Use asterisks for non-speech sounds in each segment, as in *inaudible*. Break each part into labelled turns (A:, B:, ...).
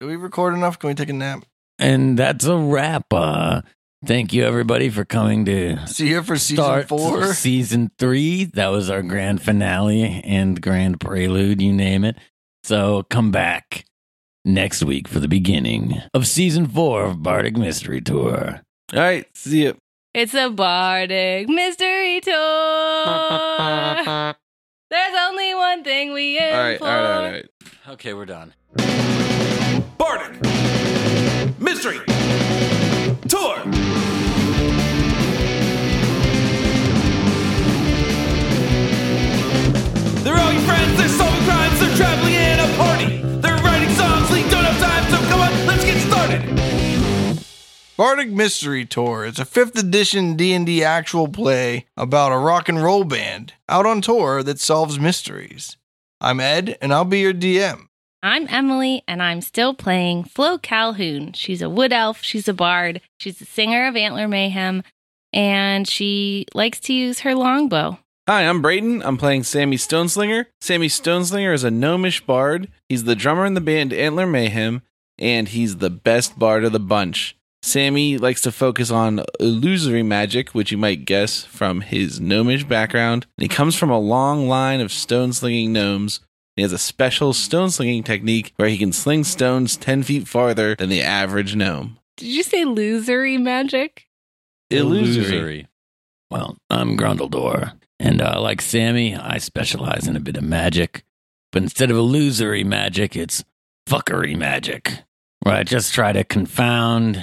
A: Do we record enough? Can we take a nap?
B: And that's a wrap. Uh, thank you, everybody, for coming to
A: See you for season
B: start
A: four.
B: *laughs* season three. That was our grand finale and grand prelude, you name it. So come back next week for the beginning of season four of Bardic Mystery Tour.
C: All right. See ya.
D: It's a bardic mystery
C: *laughs*
D: tour. There's only one thing we
C: All
D: implore.
C: right. All right. All right.
B: Okay, we're done.
E: Bardic Mystery Tour. They're all your friends, they're solving crimes, they're traveling in a party. They're writing songs, we don't have time, so come on, let's get started.
A: Bardic Mystery Tour. It's a 5th edition D&D actual play about a rock and roll band out on tour that solves mysteries. I'm Ed and I'll be your DM.
D: I'm Emily, and I'm still playing Flo Calhoun. She's a wood elf, she's a bard, she's the singer of Antler Mayhem, and she likes to use her longbow.
C: Hi, I'm Brayden. I'm playing Sammy Stoneslinger. Sammy Stoneslinger is a gnomish bard. He's the drummer in the band Antler Mayhem, and he's the best bard of the bunch. Sammy likes to focus on illusory magic, which you might guess from his gnomish background. And he comes from a long line of stoneslinging gnomes. He has a special stoneslinging technique where he can sling stones 10 feet farther than the average gnome.
D: Did you say losery magic? *laughs*
B: Well, I'm Grundledor, and uh, like Sammy, I specialize in a bit of magic, but instead of illusory magic, it's fuckery magic, where I just try to confound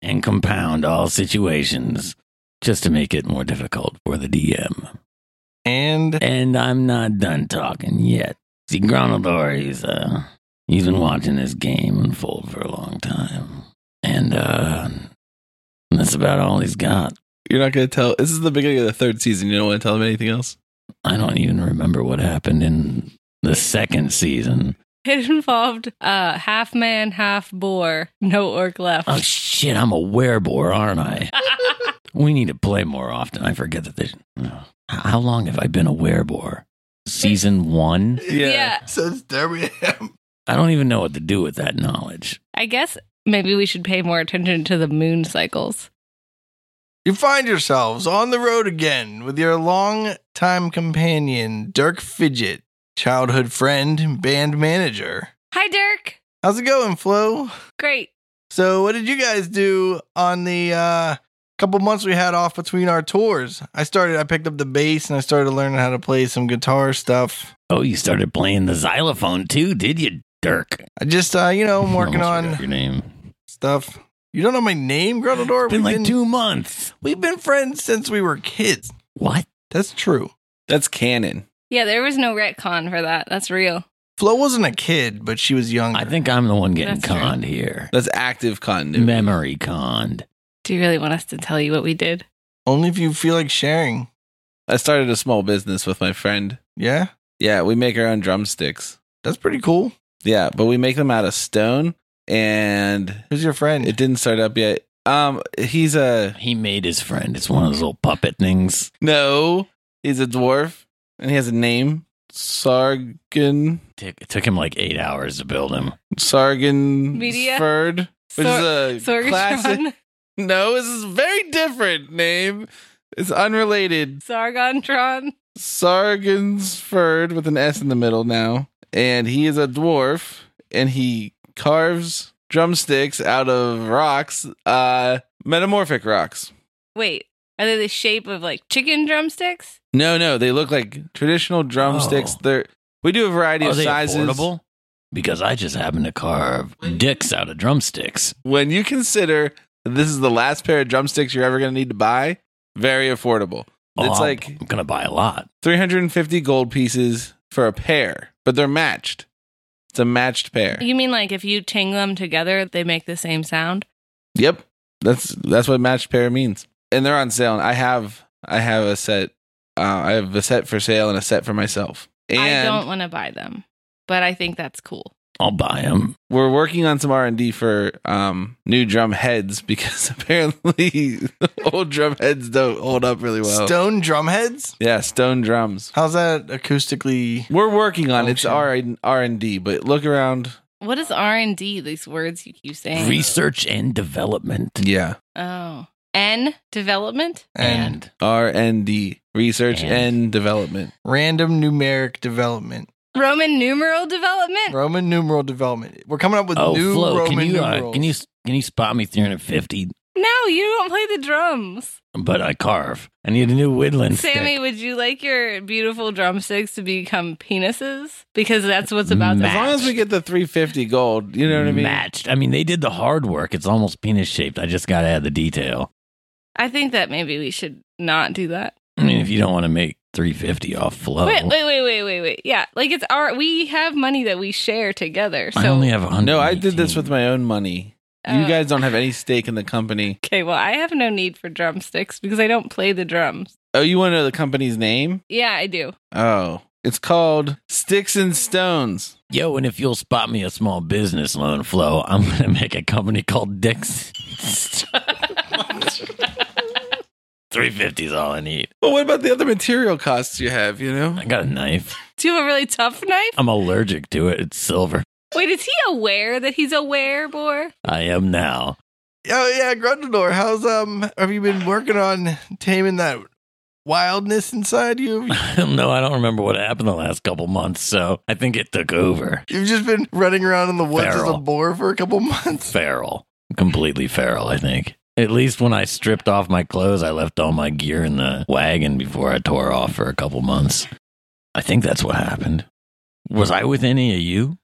B: and compound all situations just to make it more difficult for the DM.
A: And
B: And I'm not done talking yet. See, Gronaldor, he's, uh, he's been watching this game unfold for a long time. And, uh, that's about all he's got.
C: You're not going to tell. This is the beginning of the third season. You don't want to tell him anything else?
B: I don't even remember what happened in the second season.
D: It involved uh, half man, half boar, no orc left.
B: Oh, shit, I'm a werebore, aren't I?
C: Oh,
B: we need to play more often. I forget that they. Ugh. How long have I been a werebore? Season one?
A: *laughs*
D: yeah,
A: since there we am.
B: I don't even know what to do with that knowledge.
D: *laughs* I guess maybe we should pay more attention to the moon cycles.
A: You find yourselves on the road again with your longtime companion Dirk Fidget, childhood friend, band manager.
D: Hi, Dirk.
A: How's it going, Flo?
D: Great.
A: So, what did you guys do on the uh, couple months we had off between our tours? I started, I picked up the bass and I started learning how to play some guitar stuff.
B: Oh, you started playing the xylophone too, did you, Dirk?
A: I just, uh, you know, I'm working
B: *laughs* Almost
A: on
B: forgot your name.
A: stuff. You don't know my name, Grundledor?
B: It's been like two months.
A: We've been friends since we were kids.
B: What?
A: That's true.
C: That's canon.
D: Yeah, there was no retcon for that. That's real.
A: Flo wasn't a kid, but she was younger.
B: I think I'm the one getting
D: That's true.
B: conned here.
C: That's active continuity.
B: Memory conned.
D: Do you really want us to tell you what we did?
A: Only if you feel like sharing.
C: I started a small business with my friend.
A: Yeah,
C: Yeah, we make our own drumsticks.
A: that's pretty cool.
C: Yeah, but we make them out of stone and
A: Who's your friend?
C: it didn't start up yet. Um he's a
B: He made his friend. It's one of those little puppet things.
C: no, he's a dwarf and he has a name. Sargon
B: Took, it took him like eight hours to build him.
C: Sargon
D: Media?
C: Ferd, which is a
D: Sorgatron?
C: classic. *laughs*
D: *laughs*
C: No, this is a very different name. It's unrelated.
D: Sargontron.
C: Sargonsford with an S in the middle now, and he is a dwarf, and he carves drumsticks out of rocks, uh, metamorphic rocks.
D: Wait, are they the shape of like chicken drumsticks?
C: No, no, they look like traditional drumsticks.
B: Oh.
C: They're we do a variety
B: Are
C: of
B: they
C: sizes.
B: affordable? Because I just happened to carve dicks out of drumsticks.
C: When you consider that this is the last pair of drumsticks you're ever going to need to buy, very affordable.
B: Oh,
C: it's
B: I'll-
C: like
B: I'm gonna buy a lot.
C: 350 gold pieces for a pair, but they're matched. It's a matched pair.
D: You mean like if you ting them together, they make the same sound?
C: Yep. That's that's what matched pair means. And they're on sale. And I have I have a set. Uh, I have a set for sale and a set for myself. And
D: I don't want to buy them, but I think that's cool.
B: I'll buy them.
C: we're working on some R and D for um, new drum heads *laughs* because apparently *laughs* old drum heads don't hold up really well.
A: Stone drumheads?
C: yeah, stone drums.
A: How's that acoustically?
C: We're working on it. it's
A: Function.
C: R R and D, but look around
D: What is R and D? These words you keep saying.
B: Research and development.
C: Yeah.
D: oh, N development.
A: and
C: R and D. Research
B: And.
C: and development.
A: random numeric development,
D: Roman numeral
A: *laughs*
D: development.
A: Roman numeral development. We're coming up with
B: oh,
A: new
B: Flo,
A: Roman
B: can you uh,
A: numerals.
B: can you can you spot me 350?
D: no, you don't play the drums.
B: But I carve. I need a new woodland
D: Sammy,
B: stick.
D: would you like your beautiful drumsticks to become penises? Because that's what's about to
B: As
C: As long as we get the 350 gold, you know what I mean?
B: Matched. I mean, they did the hard work. It's almost penis shaped. I just got to add the detail.
D: I think that maybe we should not do that.
B: I mean, if you don't want to make 350 off Flo,
D: Wait, wait, wait, wait, wait, wait. Yeah, like it's our. We have money that we share together. So
B: I only have 100.
C: No, I did this with my own money.
D: Oh.
C: You guys don't have any stake in the company.
D: Okay, well, I have no need for drumsticks because I don't play the drums.
C: Oh, you want to know the company's name?
D: Yeah, I do.
C: Oh, it's called Sticks and Stones.
B: Yo, and if you'll spot me a small business loan, Flo, I'm going to make a company called Dix. *laughs* 350 is all I need.
C: But what about the other material costs you have, you know?
B: I got a knife.
D: Do you have a really tough knife?
B: I'm allergic to it. It's silver.
D: Wait, is he aware that he's aware, Boar?
B: I am now. *laughs*
A: Oh yeah, Grundledor, how's um? Have you been working on taming that wildness inside
B: *laughs*
A: you?
B: no, I don't remember what happened the last couple months, so I think it took over.
A: You've just been running around in the woods as a
B: Feral.
A: boar for a couple months.
B: Feral. Completely feral, I think. At least when I stripped off my clothes, I left all my gear in the wagon before I tore off for a couple months. I think that's what happened. Was I with any of you?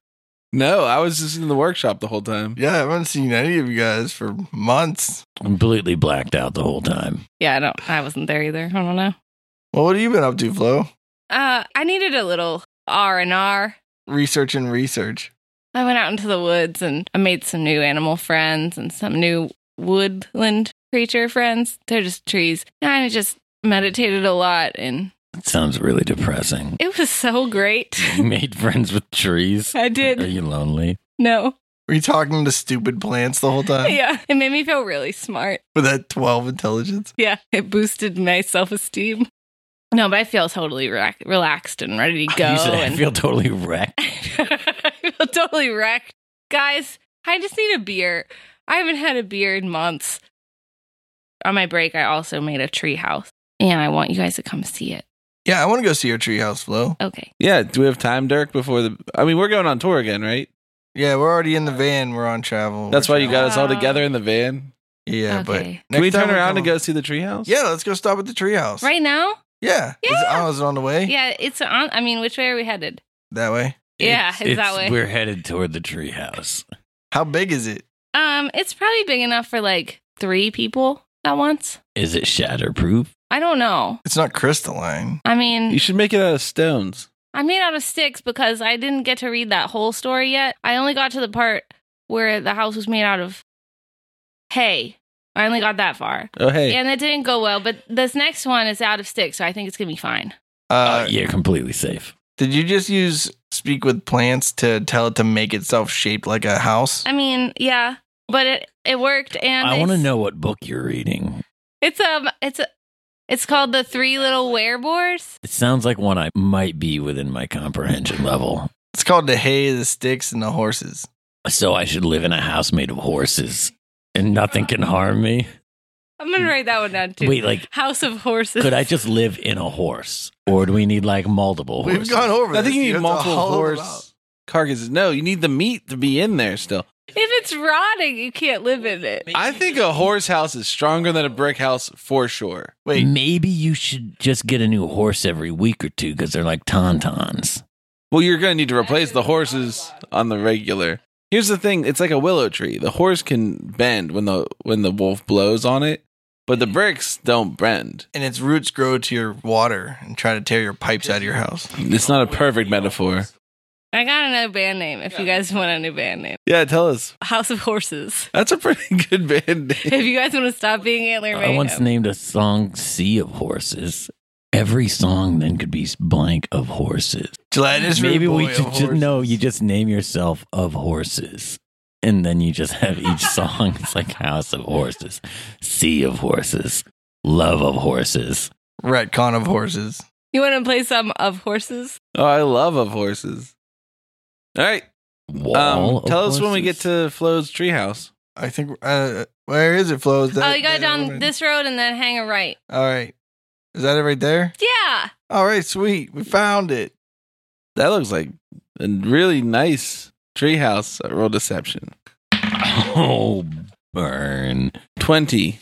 C: No, I was just in the workshop the whole time.
A: Yeah, I haven't seen any of you guys for months.
B: Completely blacked out the whole time.
D: Yeah, I don't. I wasn't there either. I don't know.
A: Well, what have you been up to, Flo?
D: Uh, I needed a little R and R.
A: Research and research.
D: I went out into the woods and I made some new animal friends and some new woodland creature friends. They're just trees. And I just meditated a lot, and
B: That sounds really depressing.
D: it was so great. *laughs*
B: You made friends with trees.
D: I
B: Are
D: did.
B: you lonely?
D: No.
A: Were you talking to stupid plants the whole
B: *laughs*
A: time
D: Yeah, it made me feel really smart.
A: with that twelve intelligence?
D: Yeah, it boosted my self esteem. No, but I feel totally rac- relaxed and ready to
B: *laughs*
D: go.
B: You said,
D: and
B: I feel totally wrecked.
D: *laughs* I feel totally wrecked. Guys, I just need a beer. I haven't had a beer in months. On my break, I also made a tree house, and I want you guys to come see it.
A: Yeah, I want to go see your treehouse, Flo.
D: Okay.
C: Yeah, do we have time, Dirk, before the I mean, we're going on tour again, right?
A: Yeah, we're already in the van. We're on travel.
C: That's why you got us all
D: Wow.
C: together in the van.
A: Yeah, but
D: Okay.
A: next
C: Can we
A: time
C: turn
A: we
C: around
A: come-
C: and go see the
A: *laughs*
C: treehouse?
A: Yeah, let's go stop at the treehouse.
D: Right now?
A: Yeah. Is,
D: Yeah.
A: oh, is it on the way?
D: Yeah, it's on. I mean, which way are we headed?
A: That way.
D: Yeah,
B: It's-
D: it's that way.
B: We're headed toward the treehouse.
A: How big is it?
D: Um, it's probably big enough for like three people at once.
B: Is it shatterproof?
D: I don't know.
A: It's not crystalline.
D: I mean,
C: You should make it out of stones.
D: I made out of sticks because I didn't get to read that whole story yet. I only got to the part where the house was made out of hay. I only got that far.
C: Oh hey.
D: And that didn't go well, but this next one is out of sticks, so I think it's going to be fine.
A: Uh,
B: uh, you're completely safe.
A: Did you just use speak with plants to tell it to make itself shaped like a house?
D: I mean, yeah, but it it worked and
B: I want to
D: it's-
B: know what book you're reading.
D: It's um it's a, it's called The Three Little Werebores.
B: It sounds like one I might be within my comprehension level.
A: It's called the hay, the sticks, and the horses.
B: So I should live in a house made of horses and nothing can harm me.
D: I'm going to write that one down too.
B: Hmm. Wait, like,
D: House of Horses.
B: could I
D: *laughs*
B: just live in a horse? Or do we need like multiple horses?
A: We've gone over.
C: I think
A: this.
C: you need
A: have to
C: multiple
A: haul them
C: horse carcasses. No, you need the meat to be in there still.
D: If it's rotting, you can't live in it.
C: I think a horse house is stronger than a brick house for sure.
A: out. Wait,
B: Maybe you should just get a new horse every week or two because they're like tauntauns.
C: Well, you're going to need to replace the horses on the regular. Here's the thing, it's like a willow tree. The horse can bend when the when the wolf blows on it, but the bricks don't bend.
A: and its roots grow to your water and try to tear your pipes out of your house.
C: It's not a perfect metaphor.
D: I got another band name if you guys want a new band name.
C: Yeah, tell us.
D: House of Horses.
C: That's a *laughs* pretty good band
D: *laughs*
C: name.
D: If you guys want to stop being antler
B: I once
D: mayhem.
B: named a song Sea of Horses. Every song then could be blank of horses.
A: Gladys,
B: Maybe
A: Rude
B: we
A: Boy of
B: should just
A: horses.
B: no. You just name yourself of horses, and then you just have each *laughs* song. It's like House of Horses, Sea of Horses, Love of Horses.
A: retcon of horses.
D: You want to play some of horses?
C: Oh, I love of horses. All right.
B: wall.
C: Um,
B: of
C: tell us when we get
B: horses?
C: to Flo's treehouse.
A: I think uh, where is it flows?
D: oh,
A: That-
D: you go
A: that
D: down
A: woman-
D: this road and then hang a right.
A: All right, is that it right there?
D: Yeah.
A: All right, sweet, we found it.
C: That looks like a really nice treehouse. Uh, Roll deception.
B: *laughs* Oh, burn.
C: 20.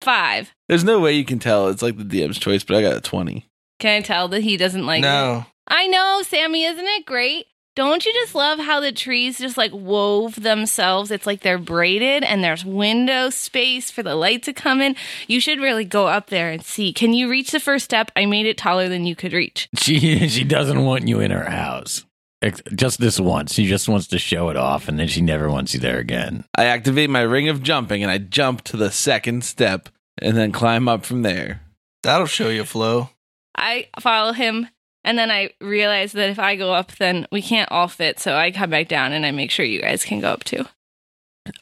D: Five.
C: There's no way you can tell. It's like the DM's choice, but I got a 20.
D: Can I tell that he doesn't like it?
A: no,
D: I know, Sammy, isn't it great? Don't you just love how the trees just like wove themselves? It's like they're braided and there's window space for the light to come in. You should really go up there and see. Can you reach the first step? I made it taller than you could reach.
B: She *laughs* she doesn't want you in her house. Ex- Just this once. She just wants to show it off, and then she never wants you there again.
C: I activate my ring of jumping and I jump to the second step and then climb up from there.
A: that'll show you flow.
D: I follow him and then I realize that if I go up, then we can't all fit. So I come back down and I make sure you guys can go up too.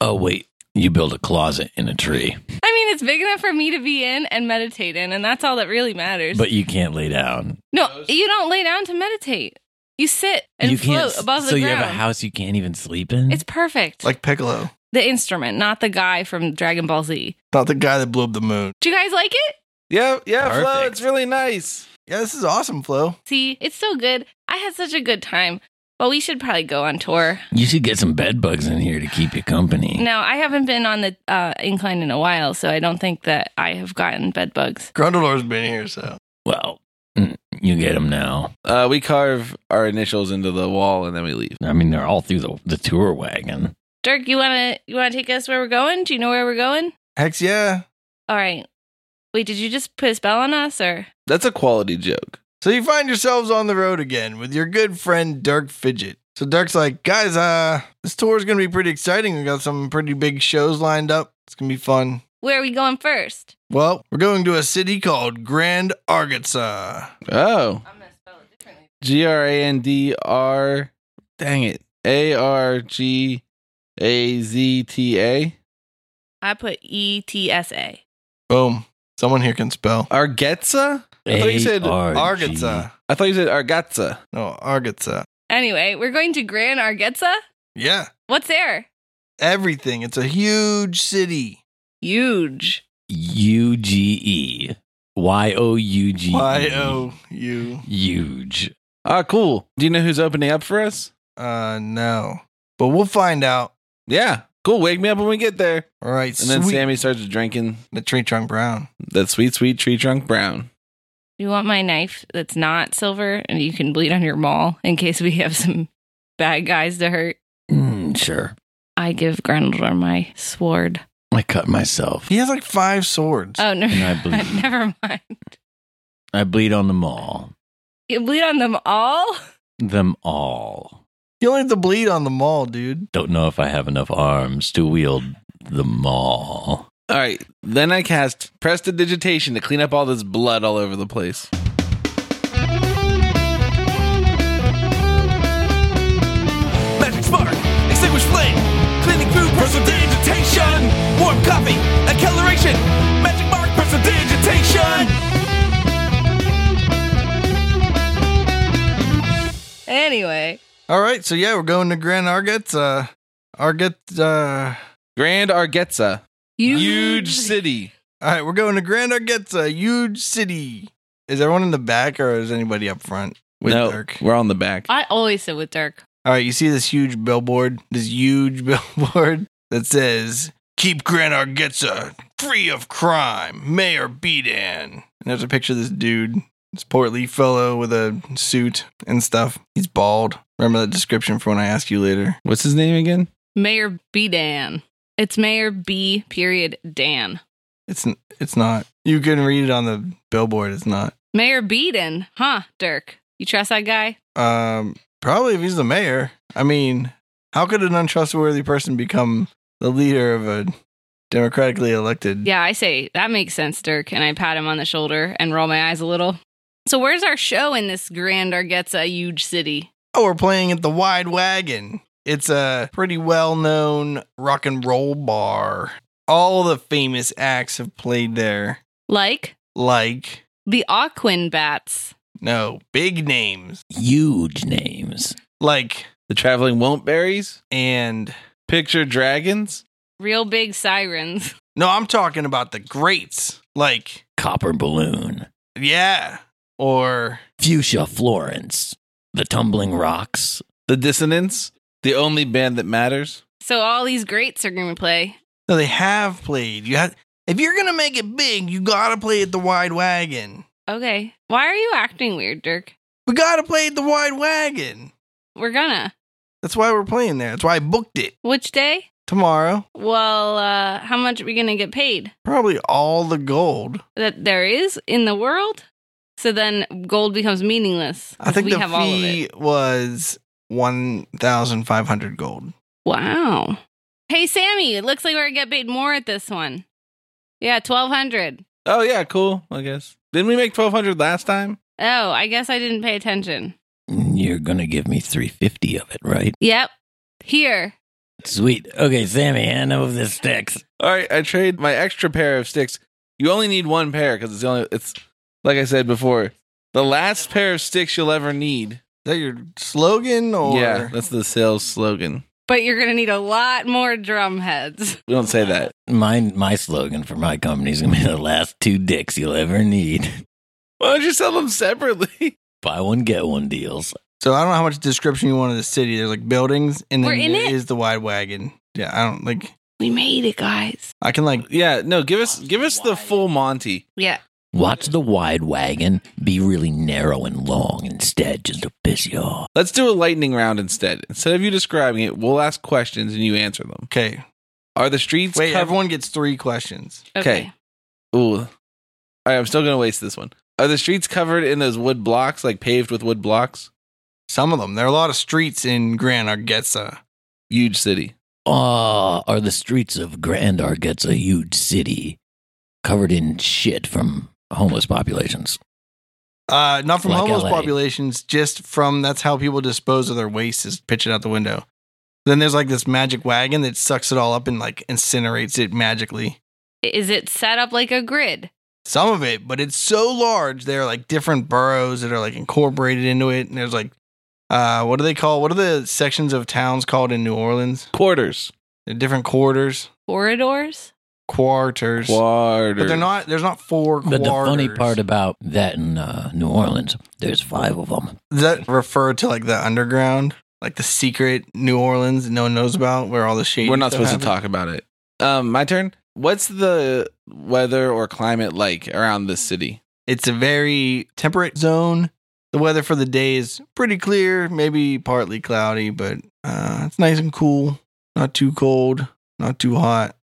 B: Oh wait, you build a closet in a tree,
D: I mean, it's big enough for me to be in and meditate in, and that's all that really matters.
B: but you can't lay down.
D: No, you don't lay down to meditate. You sit and
B: you
D: float
B: can't.
D: above the
B: so
D: ground.
B: you have a house you can't even sleep in.
D: It's perfect. Like
A: Like Piccolo,
D: the instrument, not the guy from Dragon Ball Z.
A: not the guy that blew up the moon.
D: Do you guys like it?
C: Yeah, yeah, Flo,
B: Perfect.
C: it's really nice.
A: Yeah, this is awesome, Flo.
D: See, it's so good. I had such a good time. But we should probably go on tour.
B: you should get some bed bugs in here to keep you company.
D: No, I haven't been on the uh, incline in a while, so I don't think that I have gotten bed bugs.
A: Grundledor's been here, so
B: Well, mm, you get them now.
C: Uh, we carve our initials into the wall and then we leave.
B: I mean, they're all through the the tour wagon.
D: Dirk, you wanna you wanna take us where we're going? Do you know where we're going?
A: hex yeah.
D: All right. Wait, did you just put a spell on us or?
C: That's a quality joke.
A: So you find yourselves on the road again with your good friend Dirk Fidget. So Dirk's like, guys, uh, this tour is gonna be pretty exciting. We got some pretty big shows lined up. It's gonna be fun.
D: Where are we going first?
A: Well, we're going to a city called Grand Arkansas.
C: Oh,
D: I'm gonna spell it differently.
C: G R A N D R. Dang it. A R G A Z T A.
D: I put E T S A.
A: Boom. Someone here can spell.
C: Argetza? I thought you said
B: ARG.
A: Arkansas.
C: I thought you said Argatza.
A: No, Arkansas.
D: Anyway, we're going to Gran Argetza.
A: Yeah.
D: What's there?
A: Everything. It's a huge city.
D: Huge.
B: U G E Y O U G E.
A: Y O U.
B: Huge.
C: Ah, cool. Do you know who's opening up for us?
A: Uh, no. But we'll find out.
C: Yeah. Cool. Wake me up when we get there.
A: All right.
C: And then
A: sweet.
C: Sammy starts drinking
A: The tree trunk brown.
C: that sweet, sweet tree trunk brown.
D: You want my knife that's not silver and you can bleed on your mall in case we have some bad guys to hurt?
B: Mm, sure.
D: I give Grendeldor my sword.
B: I cut myself.
A: He has like five swords.
D: Oh, no.
B: And I bleed.
D: *laughs* Never mind.
B: I bleed on them all.
D: You bleed on them all?
B: Them all.
A: you only have to bleed on the mall, dude.
B: Don't know if I have enough arms to wield them all.
C: All right. Then I cast Prestidigitation to clean up all this blood all over the place.
E: Magic spark, extinguish flame, cleaning food, prestidigitation, warm coffee, acceleration, magic mark, prestidigitation.
D: Anyway,
A: All right. So, yeah, we're going to Grand uh, Arkansas. Arkansas.
C: Grand Argetza.
D: huge.
C: Huge city.
A: All right. We're going to Grand Arkansas. Huge city. Is everyone in the back or is anybody up front with
C: no,
A: Dirk?
C: we're on the back.
D: I always sit with Dirk.
A: All right, you see this huge billboard, this huge *laughs* billboard that says, Keep Gran Argetza free of crime, Mayor Bedan. And there's a picture of this dude, this portly fellow with a suit and stuff. He's bald. Remember that description for when I ask you later.
C: What's his name again?
D: Mayor B. Dan. It's Mayor B. period Dan.
A: It's n- it's not. You can read it on the billboard, it's not.
D: Mayor Beaton, huh, Dirk? You trust that guy?
A: Um probably if he's the mayor. I mean, how could an untrustworthy person become the leader of a democratically elected
D: Yeah, I say that makes sense, Dirk. And I pat him on the shoulder and roll my eyes a little. So, where's our show in this grand Argetza huge city?
A: Oh, we're playing at the Wide Wagon. It's a pretty well known rock and roll bar. All the famous acts have played there,
D: Like
A: like,
D: the Aquin Bats.
A: no, big names,
B: Huge names.
A: like
C: The traveling won't berries.
A: And
C: Picture dragons.
D: Real big sirens.
A: no, I'm talking about the greats. Like,
B: Copper balloon.
A: yeah. Or
B: Fuchsia Florence. The tumbling rocks.
C: The dissonance. The only band that matters.
D: So all these greats are going to play.
A: no, they have played. You have if you're gonna make it big, you gotta play at the wide wagon.
D: Okay. Why are you acting weird, Dirk?
A: We gotta play at the wide wagon.
D: We're gonna.
A: That's why we're playing there. That's why I booked it.
D: Which day?
A: Tomorrow.
D: Well, uh, how much are we gonna get paid?
A: Probably all the gold.
D: That there is in the world? So then gold becomes meaningless.
A: I think
D: we
A: the
D: have
A: fee
D: all of it.
A: was one thousand five hundred gold.
D: Wow. Hey Sammy, it looks like we're gonna get paid more at this one. Yeah, twelve hundred.
C: Oh yeah, cool. I guess. Didn't we make twelve hundred last time?
D: Oh, I guess I didn't pay attention.
B: You're gonna give me 350 of it, right?
D: Yep. Here.
B: Sweet. Okay, Sammy, hand over the sticks.
C: All right, I trade my extra pair of sticks. You only need one pair because it's the only. It's like I said before, the last pair of sticks you'll ever need.
A: Is that your slogan or
C: yeah, that's the sales slogan.
D: But you're gonna need a lot more drum heads.
C: We don't say that.
B: My my slogan for my company is gonna be the last two dicks you'll ever need. *laughs*
C: Why don't you sell them separately? *laughs*
B: Buy one get one deals.
A: So I don't know how much description you want of the city. There's like buildings, and
D: We're
A: then
D: in
A: there
D: it.
A: is the wide wagon. Yeah, I don't like.
D: We made it, guys.
A: I can like.
C: Yeah, no. Give us give us the full Monty.
D: Yeah.
B: Watch the wide wagon be really narrow and long instead, just to piss you off.
C: Let's do a lightning round instead. Instead of you describing it, we'll ask questions and you answer them.
A: Okay,
C: Are the streets
A: wait.
C: covered?
A: Everyone gets three questions.
D: Okay.
C: Ooh. All right, I'm still gonna waste this one. Are the streets covered in those wood blocks, like paved with wood blocks?
A: Some of them. There are a lot of streets in Gran Argetza.
C: Huge city.
B: Ah, are the streets of Grand Arget's a huge city covered in shit from homeless populations?
A: Uh, not from
B: Like
A: homeless
B: LA.
A: populations, just from that's how people dispose of their waste is pitch it out the window. Then there's like this magic wagon that sucks it all up and like incinerates it magically.
D: Is it set up like a grid?
A: Some of it, but it's so large. There are like different boroughs that are like incorporated into it, and there's like, uh, what do they call? What are the sections of towns called in New Orleans?
C: Quarters.
A: They're different quarters,
D: Corridors?
A: quarters,
C: Quarters.
A: but they're not. There's not four quarters.
B: But the funny part about that in uh, New Orleans, there's five of them.
A: Does that refer to like the underground, like the secret New Orleans that no one knows about, where all the shade.
C: We're not supposed to talk about it. Um, my turn. What's the weather or climate like around this city?
A: It's a very temperate zone. The weather for the day is pretty clear, maybe partly cloudy, but uh, it's nice and cool. Not too cold, not too hot.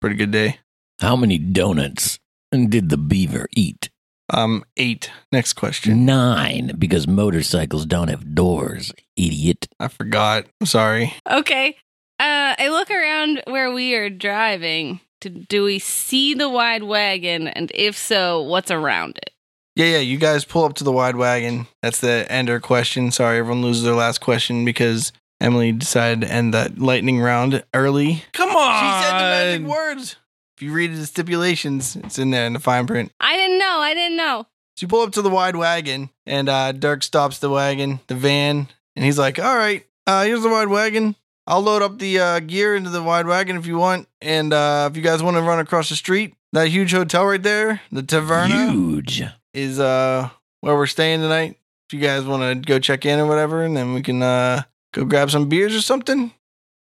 A: Pretty good day.
B: How many donuts did the beaver eat?
A: Um, eight. Next question.
B: Nine, because motorcycles don't have doors, idiot.
A: I forgot. I'm sorry.
D: Okay. Uh, I look around where we are driving. Do, do we see the wide wagon? And if so, what's around it?
A: Yeah, yeah. You guys pull up to the wide wagon. That's the ender question. Sorry, everyone loses their last question because Emily decided to end that lightning round early.
C: Come
A: She
C: on.
A: said the magic words. If you read the stipulations, it's in there in the fine print.
D: I didn't know. I didn't know.
A: So you pull up to the wide wagon, and uh, Dirk stops the wagon, the van, and he's like, "All right, uh, here's the wide wagon. I'll load up the uh, gear into the wide wagon if you want, and uh, if you guys want to run across the street, that huge hotel right there, the Taverna,
B: Huge.
A: is uh, where we're staying tonight. If you guys want to go check in or whatever, and then we can uh, go grab some beers or something."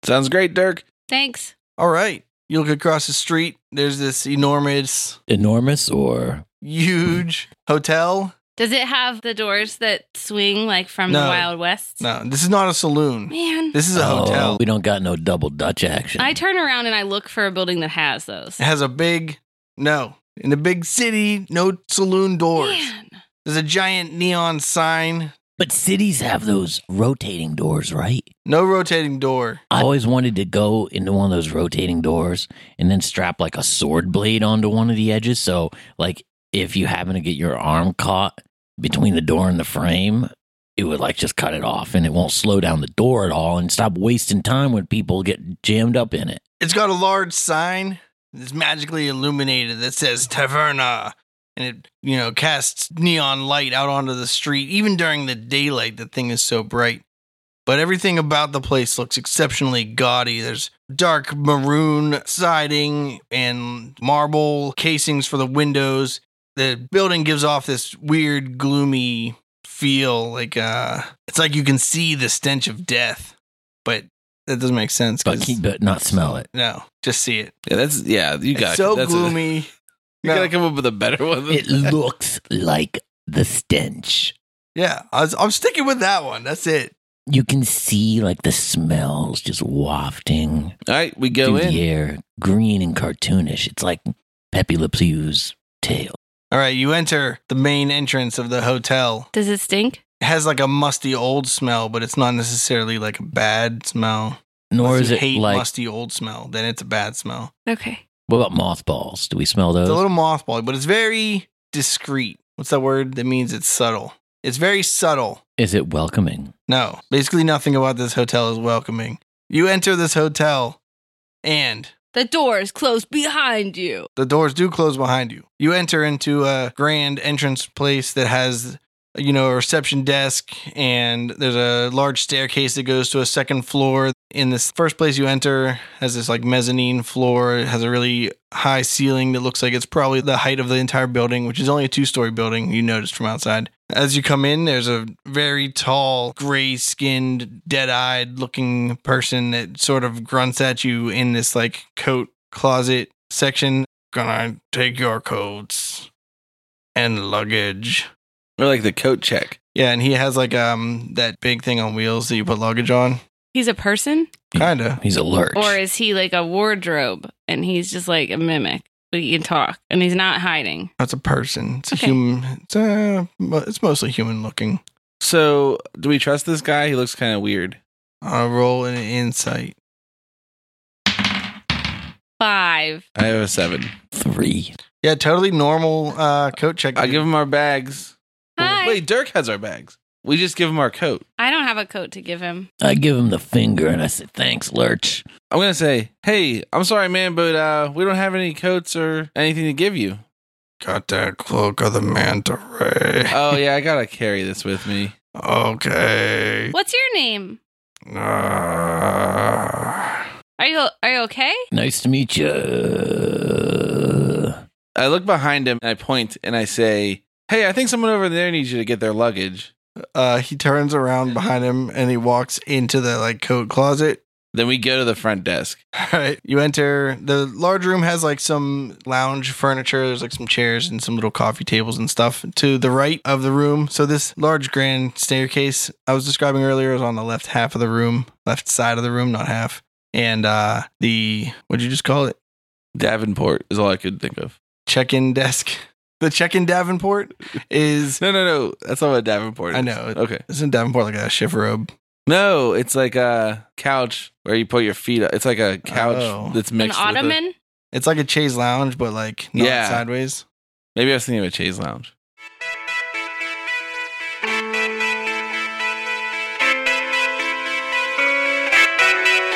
C: Sounds great, Dirk.
D: Thanks.
A: All right. You look across the street. There's this enormous
B: Enormous or
A: huge hotel.
D: Does it have the doors that swing like from the
A: No.
D: Wild West?
A: No, this is not a saloon.
D: Man.
A: This is a
B: Oh,
A: hotel.
B: We don't got no double Dutch action.
D: I turn around and I look for a building that has those.
A: It has a big no. In a big city, no saloon doors.
D: Man.
A: There's a giant neon sign.
B: but cities have those rotating doors, right?
A: No rotating door.
B: I always wanted to go into one of those rotating doors and then strap like a sword blade onto one of the edges. So, like, if you happen to get your arm caught between the door and the frame, it would like just cut it off and it won't slow down the door at all and stop wasting time when people get jammed up in it.
A: It's got a large sign that's magically illuminated that says Taverna. And it, you know, casts neon light out onto the street. Even during the daylight, the thing is so bright. but everything about the place looks exceptionally gaudy. There's dark maroon siding and marble casings for the windows. The building gives off this weird, gloomy feel. Like uh, it's like you can see the stench of death, but that doesn't make sense.
B: but
A: 'cause-
B: keep but not smell it.
A: no, just see it.
C: Yeah, that's yeah. You got
A: it's so
C: that's a-
A: gloomy.
C: you
A: No.
C: gotta come up with a better one. Than *laughs*
B: It looks like the stench.
A: Yeah, I was, I'm sticking with that one. That's it.
B: You can see like the smells just wafting
C: All right, we go
B: through
C: in.
B: the air, green and cartoonish. It's like Pepe Le Pew's tail.
A: All right, you enter the main entrance of the hotel.
D: Does it stink?
A: It has like a musty old smell, but it's not necessarily like a bad smell.
B: Nor
A: Unless
B: is
A: you
B: it
A: hate
B: like
A: musty old smell, then it's a bad smell.
D: Okay.
B: what about mothballs? Do we smell those?
A: It's a little mothball, but it's very discreet. What's that word that means it's subtle? It's very subtle.
B: is it welcoming?
A: No, basically nothing about this hotel is welcoming. You enter this hotel and
D: The door is closed behind you.
A: the doors do close behind you. You enter into a grand entrance place that has, you know, a reception desk, and there's a large staircase that goes to a second floor. In this first place you enter, has this like mezzanine floor. It has a really high ceiling that looks like it's probably the height of the entire building, which is only a two story building. You noticed from outside. As you come in, there's a very tall, gray skinned, dead eyed looking person that sort of grunts at you in this like coat closet section gonna take your coats and luggage.
C: Or like the coat check.
A: Yeah, and he has like um that big thing on wheels that you put luggage on.
D: He's a person?
A: Kinda.
B: He's a lurch.
D: Or is he like a wardrobe and he's just like a mimic, but he can talk and he's not hiding?
A: That's a person. It's a
D: Okay.
A: human. It's uh, mo- it's mostly human looking.
C: So, do we trust this guy? He looks kind of weird.
A: I'll Uh, roll an insight.
D: Five.
C: I have a seven.
B: Three.
A: Yeah, totally normal uh coat check.
C: I give him our bags.
D: Hi.
C: Wait, Dirk has our bags. We just give him our coat.
D: I don't have a coat to give him.
B: I give him the finger and I say, thanks, lurch.
C: I'm gonna say, hey, I'm sorry, man, but uh, we don't have any coats or anything to give you.
A: got that cloak of the manta ray.
C: Oh yeah, I gotta carry this with me. Uh,
A: Okay.
D: What's your name?
A: Uh,
D: Are you are you okay?
B: Nice to meet you.
C: I look behind him and I point and I say, hey, I think someone over there needs you to get their luggage.
A: uh, he turns around behind him and he walks into the like coat closet
C: Then we go to the front desk.
A: All right. You enter the large room has like some lounge furniture. There's like some chairs and some little coffee tables and stuff to the right of the room. So this large grand staircase I was describing earlier is on the left half of the room, left side of the room, not half. And uh the what'd you just call it?
C: Davenport is all I could think of.
A: Check-in desk. *laughs* The check-in Davenport is
C: No, no, no. That's not what Davenport is.
A: I know.
C: Okay.
A: isn't Davenport like a shift robe?
C: No, it's like a couch where you put your feet up. It's like a couch
A: Oh.
C: that's
D: An
C: mixed with a-
D: ottoman?
A: It's like a chaise lounge, but like not
C: Yeah.
A: sideways.
C: maybe I was thinking of a chaise lounge.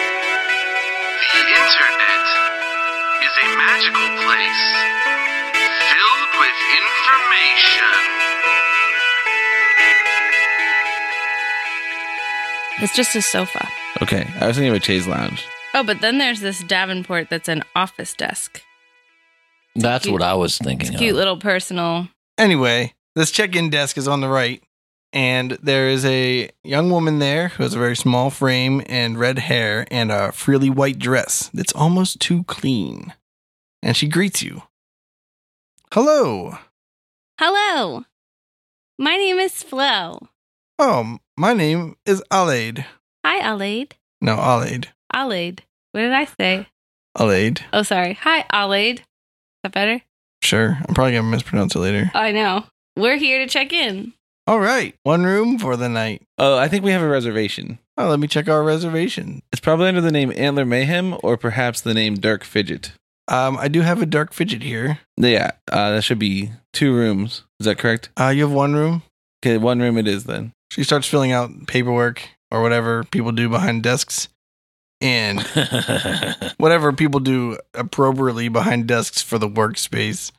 F: The internet is a magical place filled with information.
D: It's just a sofa.
C: Okay. I was thinking of a chaise lounge.
D: Oh, but then there's this Davenport that's an office desk.
B: That's
D: cute-
B: what I was
D: It's
B: thinking. *laughs*
D: a cute
B: of.
D: little personal.
A: Anyway, this check-in desk is on the right, and there is a young woman there who has a very small frame and red hair and a frilly white dress that's almost too clean. And she greets you. Hello.
D: Hello. My name is Flo.
A: Oh, m- my name is Alaid.
D: Hi, Alaid.
A: No, Alaid.
D: Alaid. What did I say?
A: Alaid.
D: Oh, sorry. Hi, Alaid. Is that better? Oh,
A: Sure. I'm probably going to mispronounce it later.
D: I know. We're here to check in.
A: All right. One room for the night.
C: Oh, I think we have a reservation.
A: Oh, let me check our reservation.
C: It's probably under the name Antler Mayhem or perhaps the name Dirk Fidget.
A: Um, I do have a dark fidget here.
C: Yeah, uh, that should be two rooms. Is that correct?
A: Uh, you have one room?
C: Okay, one room it is then.
A: She starts filling out paperwork or whatever people do behind desks and whatever people do appropriately behind desks for the workspace.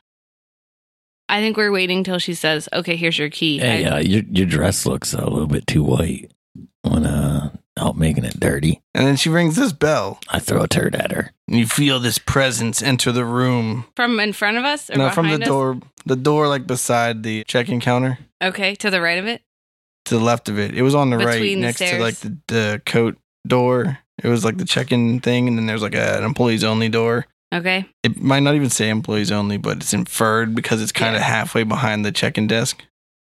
D: I think we're waiting till she says, okay, here's your key.
B: hey,
D: I-
B: uh, your, your dress looks a little bit too white. wanna help making it dirty.
A: And then she rings this bell.
B: I throw a turd at her.
A: And you feel this presence enter the room.
D: From in front of us or
A: No, from the
D: behind us?
A: door, the door like beside the check-in counter
D: Okay, to the right of it.
A: to the left of it. It was on the right
D: Between the
A: next to
D: stairs.
A: like the, the coat door. It was like the check-in thing, and then there's like a, an employees only door.
D: Okay.
A: It might not even say employees only, but it's inferred because it's kind of halfway behind the check-in desk.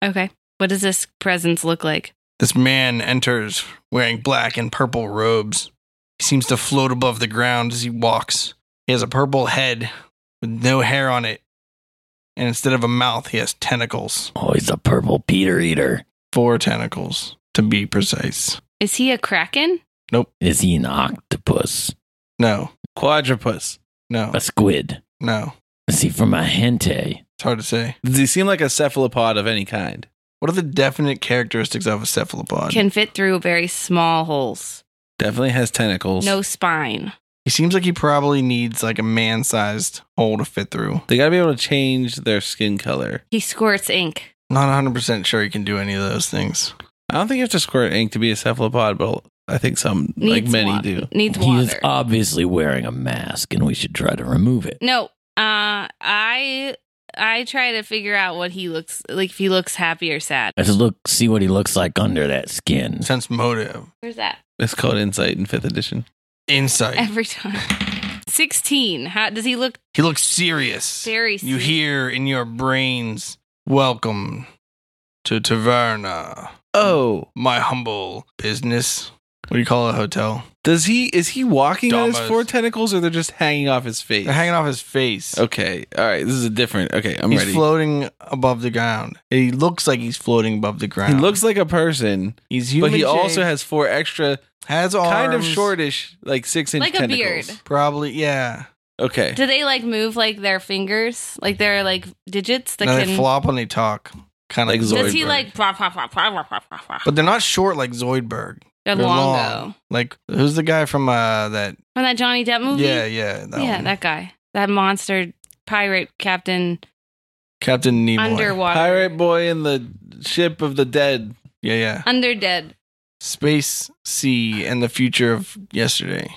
D: Okay. What does this presence look like?
A: This man enters wearing black and purple robes. He seems to float above the ground as he walks. He has a purple head with no hair on it. And instead of a mouth, he has tentacles.
B: Oh, he's a purple Peter eater.
A: Four tentacles, to be precise.
D: Is he a kraken?
B: Is he an octopus?
A: No,
C: Quadrupus.
A: no,
B: A squid?
A: no.
B: Is he from a hente?
A: It's hard to say.
C: Does he seem like a cephalopod of any kind?
A: What are the definite characteristics of a cephalopod?
D: Can fit through very small holes.
C: Definitely has tentacles.
D: No spine.
A: he seems like he probably needs like a man sized hole to fit through.
C: They gotta be able to change their skin color.
D: He squirts ink.
A: Not 100% sure he can do any of those things.
C: I don't think you have to squirt ink to be a cephalopod, but I think some, like
D: Needs
C: many
D: wa-
C: do.
D: Needs
B: He is
D: water.
B: obviously wearing a mask, and we should try to remove it.
D: no. Uh I I try to figure out what he looks like if he looks happy or sad.
B: Let's look, see what he looks like under that skin.
A: Sense motive,
D: Where's that?
C: It's called insight in fifth edition.
A: insight.
D: Every time. Sixteen. How does he look
A: He looks serious.
D: very
A: You
D: sweet?
A: hear in your brains, Welcome to Taverna,
C: Oh,
A: my humble business. What do you call a hotel?
C: does he? Is he walking on his
A: Dumbass.
C: four tentacles, or they're just hanging off his face?
A: They're hanging off his face.
C: Okay, all right. This is a different. Okay, I'm
A: he's
C: ready.
A: floating above the ground. He looks like he's floating above the
C: he
A: ground.
C: looks like a person,
A: he's
C: but
A: human.
C: he also
A: shaped,
C: has four extra,
A: has arms,
C: kind of shortish, like six inch
D: Like a
C: tentacles.
D: beard.
A: Probably, yeah.
C: Okay,
D: Do they like move like their fingers? Like their like digits that
A: Now
D: can
A: they flop when they talk, kind of
C: Like
D: Does he
C: Zoidberg.
D: like blah, blah, blah, blah, blah, blah, blah, blah.
A: But they're not short like Zoidberg.
D: They're
A: They're
D: long,
A: long.
D: though.
A: Like who's the guy from uh that?
D: From that Johnny Depp movie?
A: Yeah, yeah, that
D: yeah,
A: one.
D: that guy. That monster pirate captain
A: Captain Nemo.
D: underwater.
C: pirate boy in the ship of the dead.
A: Yeah, yeah.
D: Underdead.
A: space, sea, and the future of yesterday.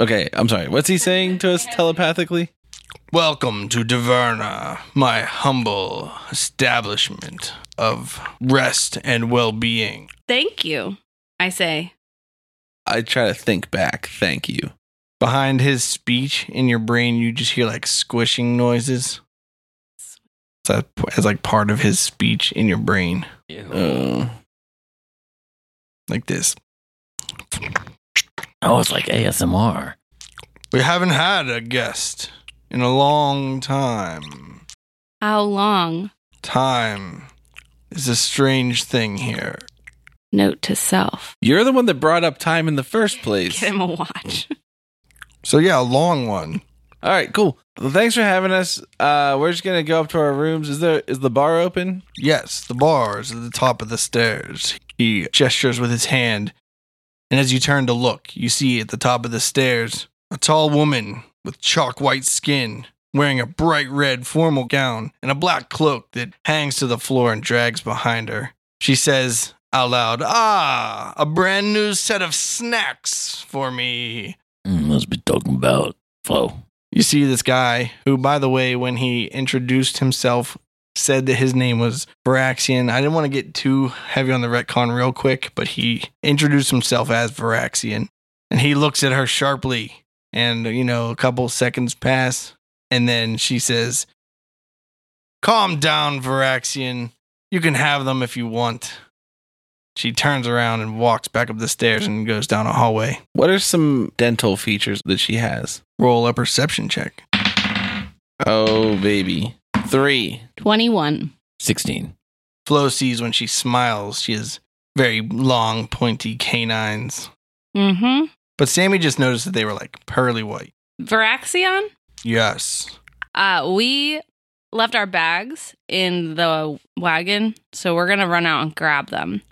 C: Okay, I'm sorry. What's he saying to us telepathically?
A: Welcome to Diverna, my humble establishment of rest and well being.
D: Thank you, I say.
C: I try to think back. Thank you.
A: Behind his speech in your brain, you just hear like squishing noises. So That's like part of his speech in your brain,
B: Uh,
C: Oh.
A: like this.
B: Oh, it's like ASMR.
A: We haven't had a guest in a long time.
D: How long?
A: Time is a strange thing here.
D: Note to self.
C: You're the one that brought up time in the first place.
D: Get him a watch.
C: Mm.
A: So, yeah, a long one.
C: All right, cool. Well, thanks for having us. Uh, we're just gonna go up to our rooms. Is there is the bar open?
A: Yes, the bar is at the top of the stairs. He gestures with his hand, and as you turn to look, you see at the top of the stairs a tall woman with chalk white skin, wearing a bright red formal gown and a black cloak that hangs to the floor and drags behind her. She says out loud, Ah, a brand new set of snacks for me.
B: Mm, let's be talking about flow.
A: You see this guy who, by the way, when he introduced himself, said that his name was Varaxian. I didn't want to get too heavy on the retcon real quick, but he introduced himself as Varaxian. And he looks at her sharply. And, you know, a couple seconds pass. And then she says, Calm down, Varaxian. You can have them if you want. She turns around and walks back up the stairs and goes down a hallway.
C: What are some dental features that she has?
A: Roll a perception check.
C: Oh baby, *laughs* three.
D: 21.
B: 16.
A: Flo sees when she smiles, she has very long, pointy canines.
D: Mm hmm.
A: But Sammy just noticed that they were like pearly white.
D: Varaxion?
A: Yes. *laughs*
D: Uh, we left our bags in the wagon, so we're going to run out and grab them.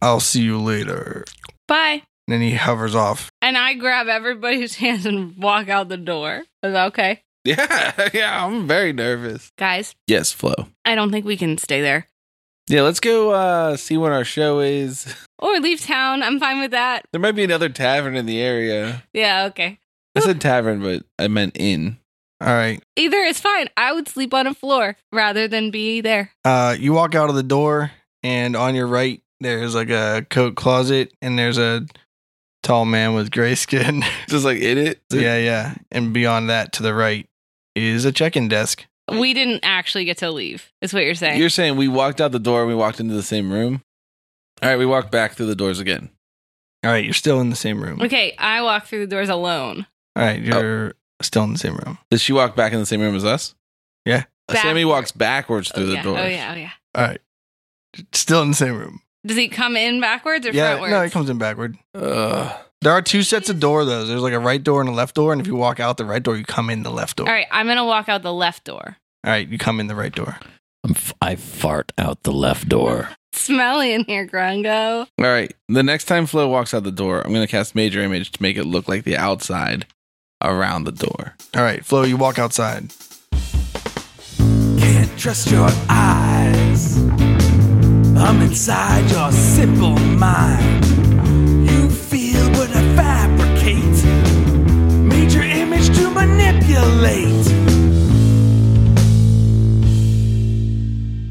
A: I'll see you later.
D: Bye.
A: And then he hovers off.
D: *laughs* And I grab everybody's hands and walk out the door. Is that okay?
C: Yeah, *laughs* yeah, I'm very nervous.
D: Guys,
C: Yes, Flo.
D: I don't think we can stay there.
C: Yeah, let's go uh see what our show is. *laughs*
D: Or leave town. I'm fine with that.
C: There might be another tavern in the area.
D: Yeah, okay.
C: I said tavern, but I meant inn.
A: All right.
D: Either is fine. I would sleep on a floor rather than be there.
A: Uh, you walk out of the door, and on your right, there's like a coat closet, and there's a tall man with gray skin. *laughs*
C: Just like in it.
A: yeah, yeah. And beyond that, to the right, is a check in desk.
D: We didn't actually get to leave, is what you're saying.
C: You're saying we walked out the door and we walked into the same room? All right, we walked back through the doors again.
A: All right, you're still in the same room.
D: okay, I walk through the doors alone.
A: All right,
C: Oh.
A: you're still in the same room.
C: Does she walk back in the same room as us?
A: Yeah.
C: Uh, Sammy walks backwards through
D: oh,
C: the
D: yeah.
C: doors.
D: Oh, yeah, oh, yeah.
A: All right, still in the same room.
D: Does he come in backwards or
A: Yeah,
D: frontwards?
A: no, it comes in backward.
D: Oh,
C: Ugh.
A: There are two sets of door though. There's like a right door and a left door, and if you walk out the right door, you come in the left door.
D: All right, I'm going to walk out the left door.
A: All right, you come in the right door.
B: I'm f- I fart out the left door.
D: It's smelly in here, Grungo.
C: All right. The next time Flo walks out the door, I'm going to cast Major Image to make it look like the outside around the door.
A: All right, Flo, you walk outside.
E: Can't trust your eyes. I'm inside your simple mind. You feel what I fabricate. Major image to manipulate.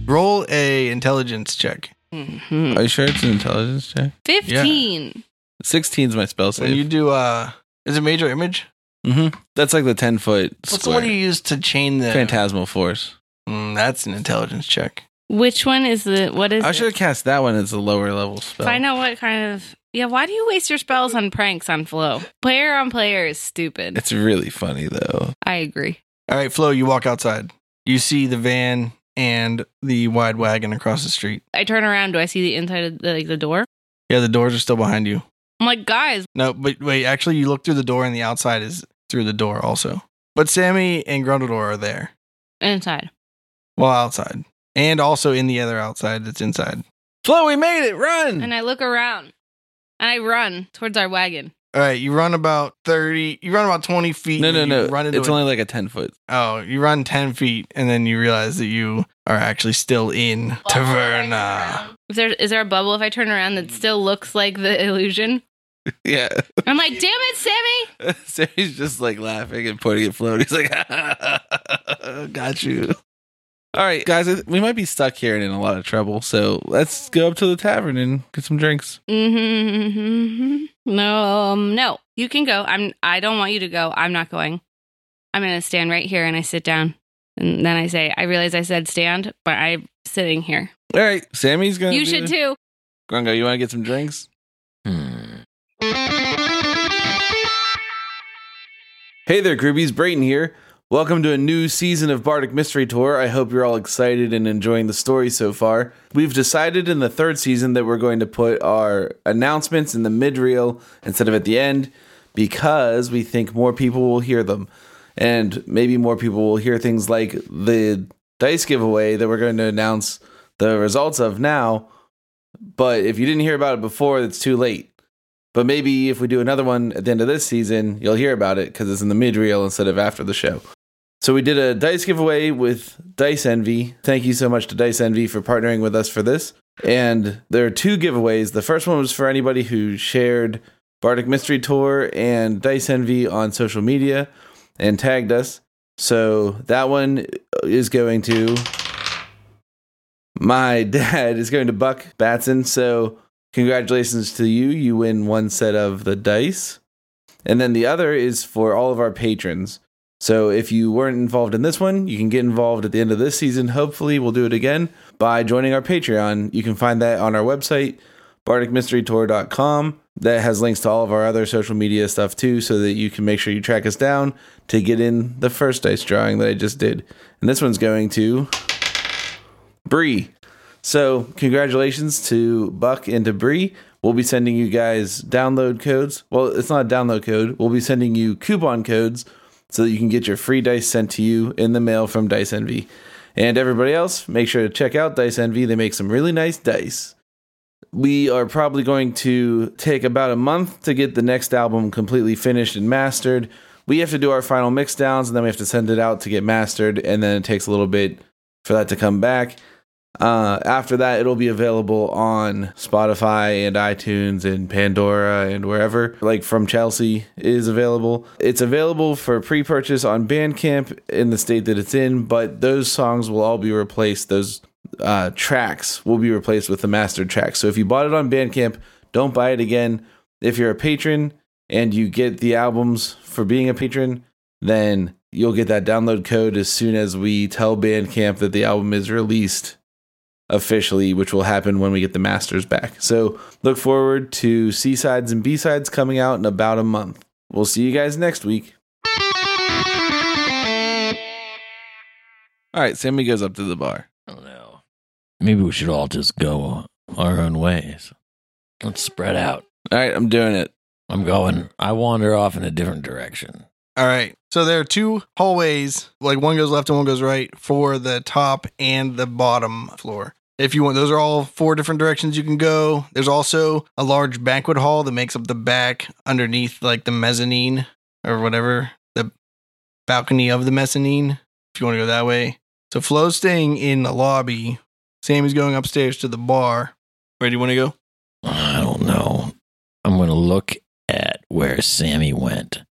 A: Roll a intelligence check.
D: Mhm.
C: Are you sure it's an intelligence check?
D: 15.
C: 16's my spell
A: When you
C: save.
A: do uh is it major image?
C: mm-hmm. That's like the 10 foot
A: What's the one you
C: square.
A: use to chain the
C: Phantasmal Force.
A: Mm, that's an intelligence check.
D: Which one is the. What is
C: I
D: it?
C: should have cast that one as a lower level spell.
D: Find out what kind of. Yeah, why do you waste your spells on pranks on Flo? Player on player is stupid.
C: It's really funny, though.
D: I agree.
A: All right, Flo, you walk outside. You see the van and the wide wagon across the street.
D: I turn around. Do I see the inside of the, like, the door?
A: Yeah, the doors are still behind you.
D: I'm like, guys,
A: No, but wait, actually you look through the door and the outside is through the door also. But Sammy and Grundledor are there.
D: inside.
A: Well, outside. And also in the other outside that's inside.
C: Flo, we made it.
A: Hmm.
C: Run.
D: And I look around and I run towards our wagon.
A: All right, you run about 30, you run about 20 feet.
C: no, no,
A: and you
C: no.
A: Run into
C: It's
A: a-
C: only like a 10 foot.
A: Oh, you run 10 feet and then you realize that you are actually still in Taverna. Hmm.
D: If there is there a bubble if I turn around that still looks like the illusion?
C: Yeah.
D: I'm like, damn it, Sammy!
C: *laughs* so he's just like laughing and pointing at Flo. and He's like, *laughs* got you. All right, guys, I- we might be stuck here and in a lot of trouble. So let's go up to the tavern and get some drinks.
D: Mm-hmm, No, um, no, you can go. I'm. I don't want you to go. I'm not going. I'm gonna stand right here and I sit down, and then I say, I realize I said stand, but I'm sitting here.
C: All right, Sammy's going to.
D: You should too.
C: Grungo, you want to get some drinks?
B: Hmm.
C: Hey there, Groupies. Brayton here. Welcome to a new season of Bardic Mystery Tour. I hope you're all excited and enjoying the story so far. We've decided in the third season that we're going to put our announcements in the mid reel instead of at the end because we think more people will hear them. And maybe more people will hear things like the dice giveaway that we're going to announce the results of now. But if you didn't hear about it before, it's too late. But maybe if we do another one at the end of this season, you'll hear about it because it's in the mid reel instead of after the show. So we did a dice giveaway with Dice Envy. Thank you so much to Dice Envy for partnering with us for this. And there are two giveaways. The first one was for anybody who shared Bardic Mystery Tour and Dice Envy on social media and tagged us. So that one is going to my *laughs* dad is going to Buck Batson. So congratulations to you. You win one set of the dice. And then the other is for all of our patrons. So if you weren't involved in this one, you can get involved at the end of this season. Hopefully, we'll do it again by joining our Patreon. You can find that on our website, bardicmysterytour.com. That has links to all of our other social media stuff too, so that you can make sure you track us down to get in the first dice drawing that I just did. And this one's going to Bree. So, congratulations to Buck and to Bree. We'll be sending you guys download codes. Well, it's not a download code. We'll be sending you coupon codes so that you can get your free dice sent to you in the mail from Dice Envy. And everybody else, make sure to check out Dice Envy. They make some really nice dice. We are probably going to take about a month to get the next album completely finished and mastered. we have to do our final mix downs and then we have to send it out to get mastered and then it takes a little bit for that to come back uh, after that it'll be available on spotify and itunes and pandora and wherever like from chelsea is available it's available for pre-purchase on bandcamp in the state that it's in but those songs will all be replaced those uh, tracks will be replaced with the mastered tracks so if you bought it on bandcamp don't buy it again if you're a patron and you get the albums for being a patron, then you'll get that download code as soon as we tell Bandcamp that the album is released officially, which will happen when we get the masters back. So look forward to C sides and B sides coming out in about a month. We'll see you guys next week. All right, Sammy goes up to the bar.
B: I don't know. Maybe we should all just go our own ways. Let's spread out.
C: All right, I'm doing it.
B: I'm going. I wander off in a different direction.
A: All right. So there are two hallways, like one goes left and one goes right for the top and the bottom floor. If you want, those are all four different directions you can go. There's also a large banquet hall that makes up the back underneath, like the mezzanine or whatever, the balcony of the mezzanine, if you want to go that way. So Flo's staying in the lobby. Sammy's going upstairs to the bar. Where do you want to go?
B: I don't know. I'm going to look at where Sammy went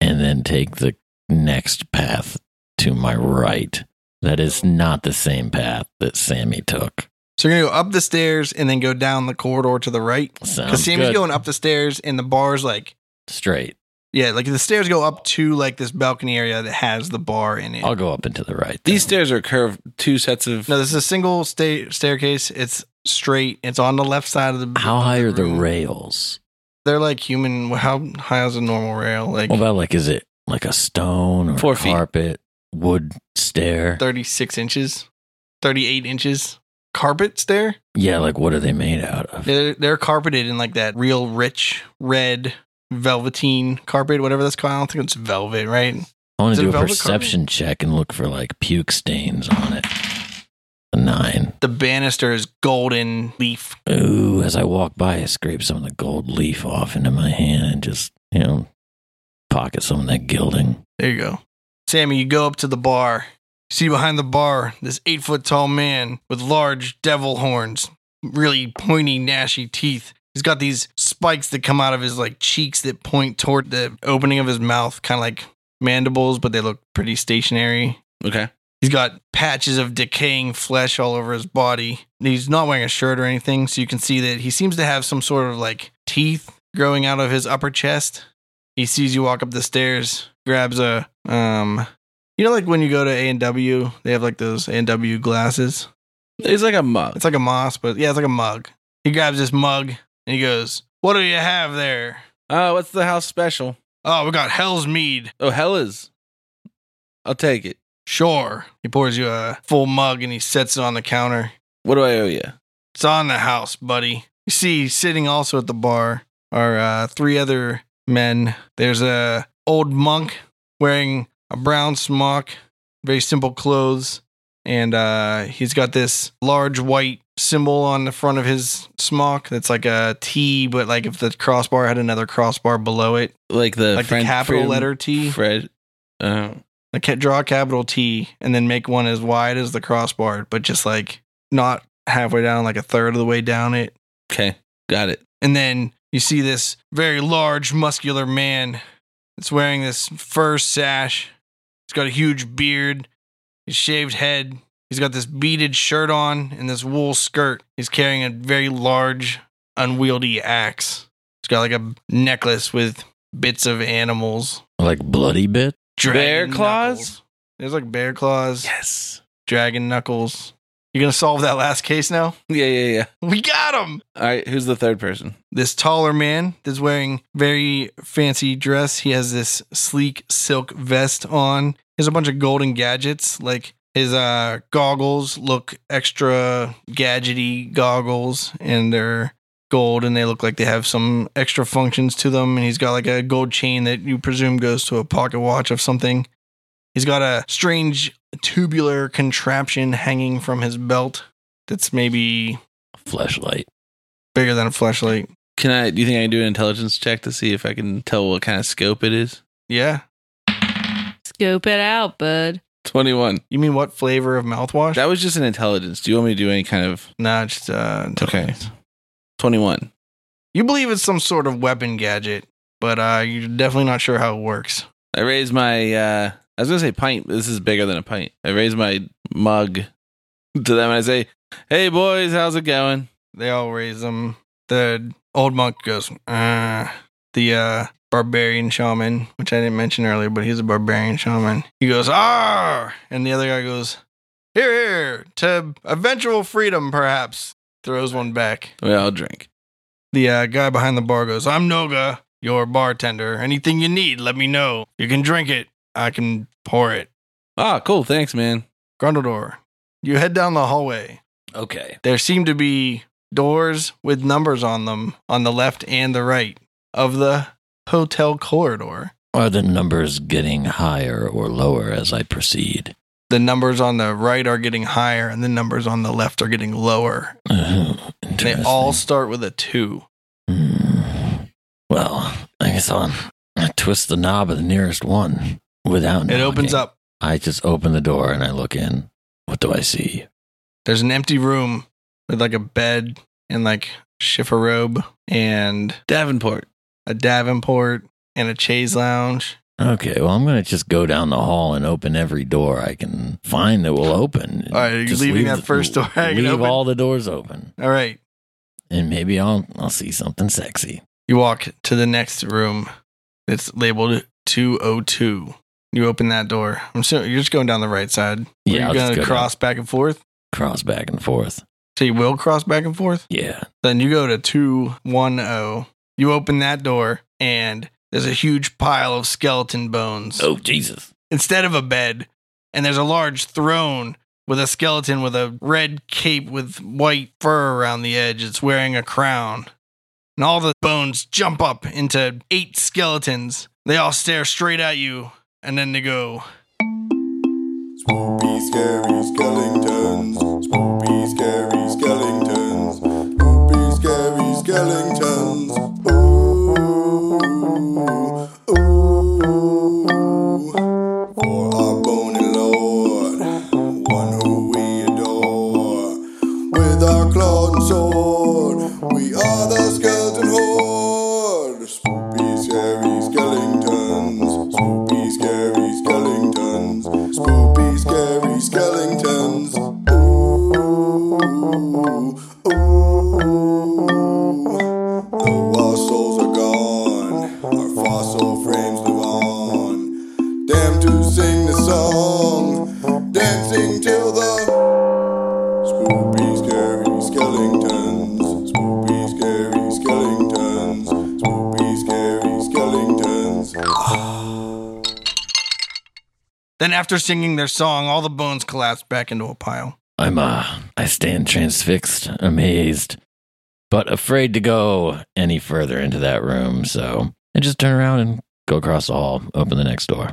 B: and then take the next path to my right. That is not the same path that Sammy took.
A: So you're going to go up the stairs and then go down the corridor to the right. Because
B: Sounds
A: Sammy's
B: good.
A: going up the stairs and the bar's like
B: straight.
A: Yeah, like the stairs go up to like this balcony area that has the bar in it.
B: I'll go up into the right.
C: These
B: then.
C: stairs are curved, two sets of.
A: No, this is a single sta- staircase. It's straight. It's on the left side of the.
B: How high are the
A: room.
B: rails?
A: They're like human. How high is a normal rail? Like
B: What about like is it like a stone or
C: Four feet.
B: carpet, wood stair?
A: thirty-six inches, thirty-eight inches. Carpet stair.
B: Yeah, like what are they made out of?
A: They're they're carpeted in like that real rich red velveteen carpet, whatever that's called. I don't think it's velvet, right?
B: I want
A: Is it
B: to do a
A: velvet
B: perception check and look for like puke stains on it. A nine.
A: The banister is golden leaf
B: Ooh, as I walk by, I scrape some of the gold leaf off into my hand and just, you know, pocket some of that gilding.
A: There you go. Sammy, you go up to the bar. See behind the bar this eight foot tall man with large devil horns, really pointy, gnashy teeth. He's got these spikes that come out of his like cheeks that point toward the opening of his mouth, kind of like mandibles, but they look pretty stationary.
C: Okay.
A: He's got patches of decaying flesh all over his body. He's not wearing a shirt or anything, so you can see that he seems to have some sort of like teeth growing out of his upper chest. He sees you walk up the stairs, grabs a um you know like when you go to A&W, they have like those A&W glasses.
C: It's like a mug.
A: It's like a moss, but yeah, it's like a mug. He grabs this mug and he goes, "What do you have there?"
C: Oh, what's the house special?
A: "Oh, we got Hell's Mead."
C: Oh, Hella's. I'll take it.
A: "Sure." He pours you a full mug and he sets it on the counter.
C: What do I owe you?
A: It's on the house, buddy. You see, sitting also at the bar are uh, three other men. There's a old monk wearing a brown smock, very simple clothes, and uh, he's got this large white symbol on the front of his smock. That's like a T, but like if the crossbar had another crossbar below it,
C: Like the
A: like
C: French
A: the capital
C: freedom-
A: letter T.
C: Fred. Uh,
A: Like ca- draw a capital T and then make one as wide as the crossbar, but just like not halfway down, like a third of the way down it.
C: okay, got it.
A: And then you see this very large, muscular man that's wearing this fur sash. He's got a huge beard, his shaved head. He's got this beaded shirt on and this wool skirt. He's carrying a very large, unwieldy axe. He's got like a necklace with bits of animals.
B: Like bloody bit?
C: Bear claws?
A: knuckles. There's like bear claws,
C: Yes.
A: dragon knuckles. You gonna solve that last case now? *laughs*
C: Yeah, yeah, yeah.
A: We got him!
C: All right, who's the third person?
A: this taller man that's wearing very fancy dress. He has this sleek silk vest on. He has a bunch of golden gadgets, like his uh, goggles look extra gadgety goggles, and they're gold, and they look like they have some extra functions to them. And he's got like a gold chain that you presume goes to a pocket watch of something. He's got a strange tubular contraption hanging from his belt that's maybe
B: Fleshlight.
A: bigger than a flashlight.
C: Can I? Do you think I can do an intelligence check to see if I can tell what kind of scope it is?
A: Yeah.
D: Scoop it out, bud.
C: 21.
A: You mean what flavor of mouthwash?
C: That was just an intelligence. Do you want me to do any kind of.
A: nah, just uh,
C: Okay. 21.
A: You believe it's some sort of weapon gadget, but uh, you're definitely not sure how it works.
C: I raised my. uh I was going to say pint. but This is bigger than a pint. I raised my mug to them and I say, hey, boys, how's it going?
A: They all raise them. The old monk goes, uh, the uh, barbarian shaman, which I didn't mention earlier, but he's a barbarian shaman. He goes, ah, and the other guy goes, here, here, to eventual freedom, perhaps. Throws one back.
C: We all drink.
A: The uh, guy behind the bar goes, I'm Noga, your bartender. Anything you need, let me know. You can drink it. I can pour it.
C: Ah, cool. Thanks, man.
A: Grundledor, you head down the hallway.
B: Okay.
A: There seem to be doors with numbers on them on the left and the right of the hotel corridor.
B: Are the numbers getting higher or lower as I proceed?
A: The numbers on the right are getting higher and the numbers on the left are getting lower.
B: Uh-huh.
A: They
B: Interesting.
A: all start with a two.
B: Hmm. Well, I guess I'll twist the knob of the nearest one without.
A: It opens
B: knocking.
A: up.
B: I just open the door and I look in. What do I see?
A: There's an empty room with like a bed and like chiffon robe and
C: Davenport.
A: a Davenport and a chaise lounge.
B: Okay, well, I'm gonna just go down the hall and open every door I can find that will open.
A: All right, are you
B: Just
A: leaving
B: leave
A: that first door hanging
B: Leave
A: open?
B: all the doors open,
A: All right.
B: and maybe I'll I'll see something sexy.
A: You walk to the next room. It's labeled 202. You open that door. I'm assuming you're just going down the right side.
B: Yeah,
A: You're
B: I'll just
A: going to
B: go
A: cross back and forth.
B: Cross back and forth.
A: So you will cross back and forth.
B: Yeah.
A: Then you go to 210. You open that door, and there's a huge pile of skeleton bones
B: Oh Jesus.
A: instead of a bed. And there's a large throne with a skeleton with a red cape with white fur around the edge. It's wearing a crown. And all the bones jump up into eight skeletons. They all stare straight at you, and then they go.
G: Spoopy scary skeletons. Spoopy scary skeletons. Spoopy scary skeletons. Ooh, ooh. For our bony lord, one who we adore. With our clawed and sword, we are the skeleton horde. Spoopy, scary skeletons. Spoopy, scary skeletons. Spoopy, scary skeletons. Ooh, ooh. Though our souls are gone, our fossil frames live on. Damn to sing the song, dancing till the Spoopy scary skeletons. Spoopy scary skeletons. Spoopy scary skeletons. Ah.
A: Then, after singing their song, all the bones collapse back into a pile.
B: I'm uh I stand transfixed, amazed, but afraid to go any further into that room, so I just turn around and go across the hall, open the next door.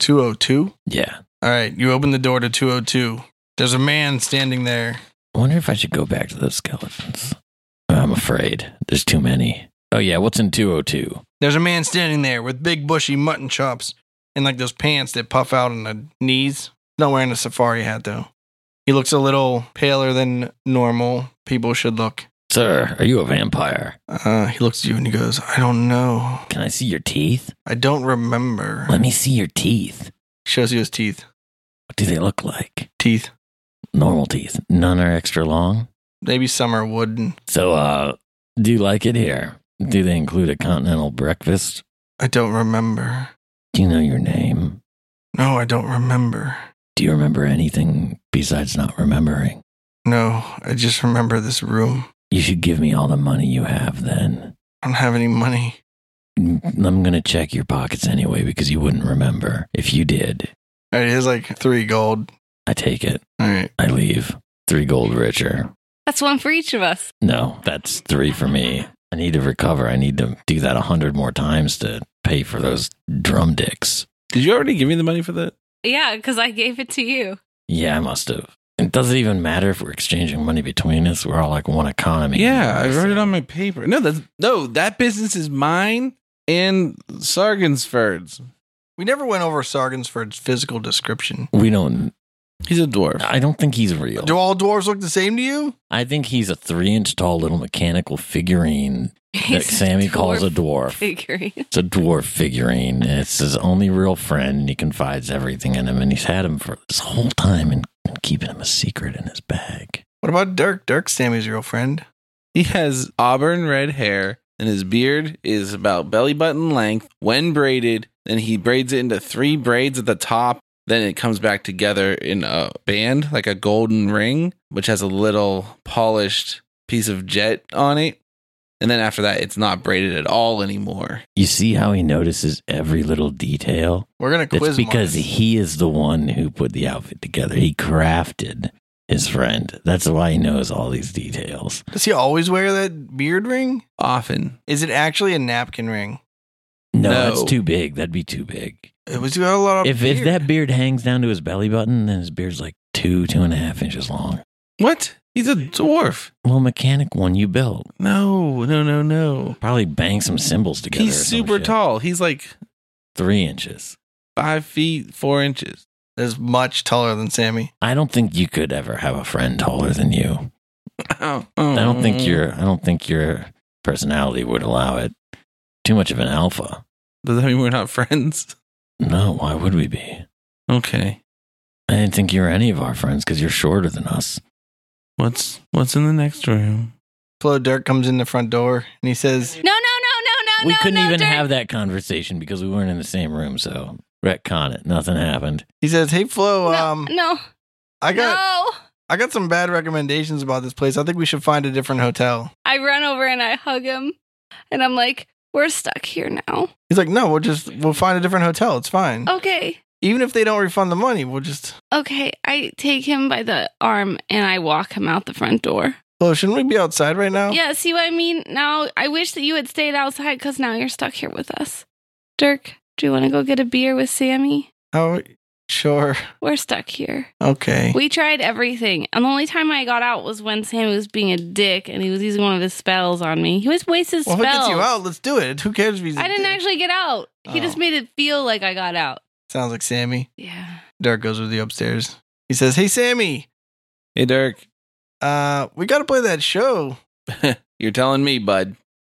A: 202?
B: Yeah.
A: All right, you open the door to 202. There's a man standing there.
B: I wonder if I should go back to those skeletons. I'm afraid. There's too many. Oh yeah, what's in two oh two?
A: There's a man standing there with big bushy mutton chops and like those pants that puff out on the knees. Not wearing a safari hat though. He looks a little paler than normal people should look.
B: Sir, are you a vampire?
A: Uh, he looks at you and he goes, I don't know.
B: Can I see your teeth?
A: I don't remember.
B: Let me see your teeth.
A: Shows you his teeth.
B: What do they look like?
A: Teeth.
B: Normal teeth. None are extra long.
A: Maybe some are wooden.
B: So uh do you like it here? Do they include a continental breakfast?
A: I don't remember.
B: Do you know your name?
A: No, I don't remember.
B: Do you remember anything besides not remembering?
A: No, I just remember this room.
B: You should give me all the money you have then.
A: I don't have any money.
B: Mm, I'm going to check your pockets anyway because you wouldn't remember. If you did,
A: All right, here's like three gold.
B: I take it.
A: All right.
B: I leave. Three gold richer.
D: That's one for each of us.
B: No, that's three for me. I need to recover. I need to do that a hundred more times to pay for those drum dicks.
C: Did you already give me the money for that?
D: Yeah, because I gave it to you.
B: Yeah, I must have. It doesn't even matter if we're exchanging money between us. We're all like one economy.
C: Yeah, I wrote it on my paper. No, that's no. That business is mine and Sargensford's.
A: We never went over Sargensford's physical description.
B: We don't.
C: He's a dwarf.
B: I don't think he's real.
A: Do all dwarves look the same to you?
B: I think he's a three inch tall little mechanical figurine that Sammy calls
D: *laughs*
B: a dwarf.
D: figurine.
B: It's a dwarf figurine. It's his only real friend, and he confides everything in him. And he's had him for this whole time and keeping him a secret in his bag.
A: What about Dirk? Dirk's Sammy's real friend.
C: He has auburn red hair, and his beard is about belly button length when braided. Then he braids it into three braids at the top. Then it comes back together in a band, like a golden ring, which has a little polished piece of jet on it. And then after that, it's not braided at all anymore.
B: You see how he notices every little detail?
A: We're gonna
B: That's
A: quiz him on
B: because
A: this.
B: he is the one who put the outfit together. He crafted his friend. That's why he knows all these details.
A: Does he always wear that beard ring?
C: Often.
A: Is it actually a napkin ring?
B: No,
C: No.
B: that's too big. That'd be too big.
A: It was got a lot of
B: If,
A: beard.
B: if that beard hangs down to his belly button, then his beard's like two, two and a half inches long.
C: What? He's a dwarf.
B: Well, mechanic one you built.
C: No, no, no, no.
B: Probably bang some symbols together. or
C: He's
B: some
C: super
B: shit.
C: tall. He's like
B: Three inches.
C: five feet, four *laughs* inches.
A: is much taller than Sammy.
B: I don't think you could ever have a friend taller than you. I don't
C: Mm.
D: Mm.
B: think your I don't think your personality would allow it. Too much of an alpha.
C: Does that mean we're not friends?
B: No, why would we be?
C: Okay.
B: I didn't think you were any of our friends because you're shorter than us.
C: What's what's in the next room?
A: Flo Dirk comes in the front door and he says,
D: No, no, no, no, no.
B: we
D: no,
B: couldn't
D: no,
B: even
D: Dirk.
B: have that conversation because we weren't in the same room. So retcon it. Nothing happened.
A: he says, "Hey Flo,
D: No,
A: um,
D: no,
A: I got
D: no.
A: I got some bad recommendations about this place. I think we should find a different hotel."
D: I run over and I hug him, and I'm like, "We're stuck here now."
A: He's like, "No, we'll just we'll find a different hotel. It's fine.
D: Okay,
A: Even if they don't refund the money, we'll just."
D: okay. I take him by the arm and I walk him out the front door.
A: Flo, shouldn't we be outside right now?
D: Yeah, see what I mean? Now I wish that you had stayed outside because now you're stuck here with us. Dirk, do you want to go get a beer with Sammy?
A: Oh, sure.
D: We're stuck here.
A: Okay.
D: We tried everything, and the only time I got out was when Sammy was being a dick and he was using one of his spells on me. He always wastes his
A: Well, if it gets
D: spells.
A: you out, let's do it. Who cares if he's a
D: I didn't
A: dick?
D: actually get out. He just
A: Oh.
D: made it feel like I got out.
A: Sounds like Sammy.
D: Yeah.
A: Dirk goes with you upstairs. He says, "Hey Sammy,
C: Hey Dirk,
A: uh, we got to play that show.
C: you're telling me, bud.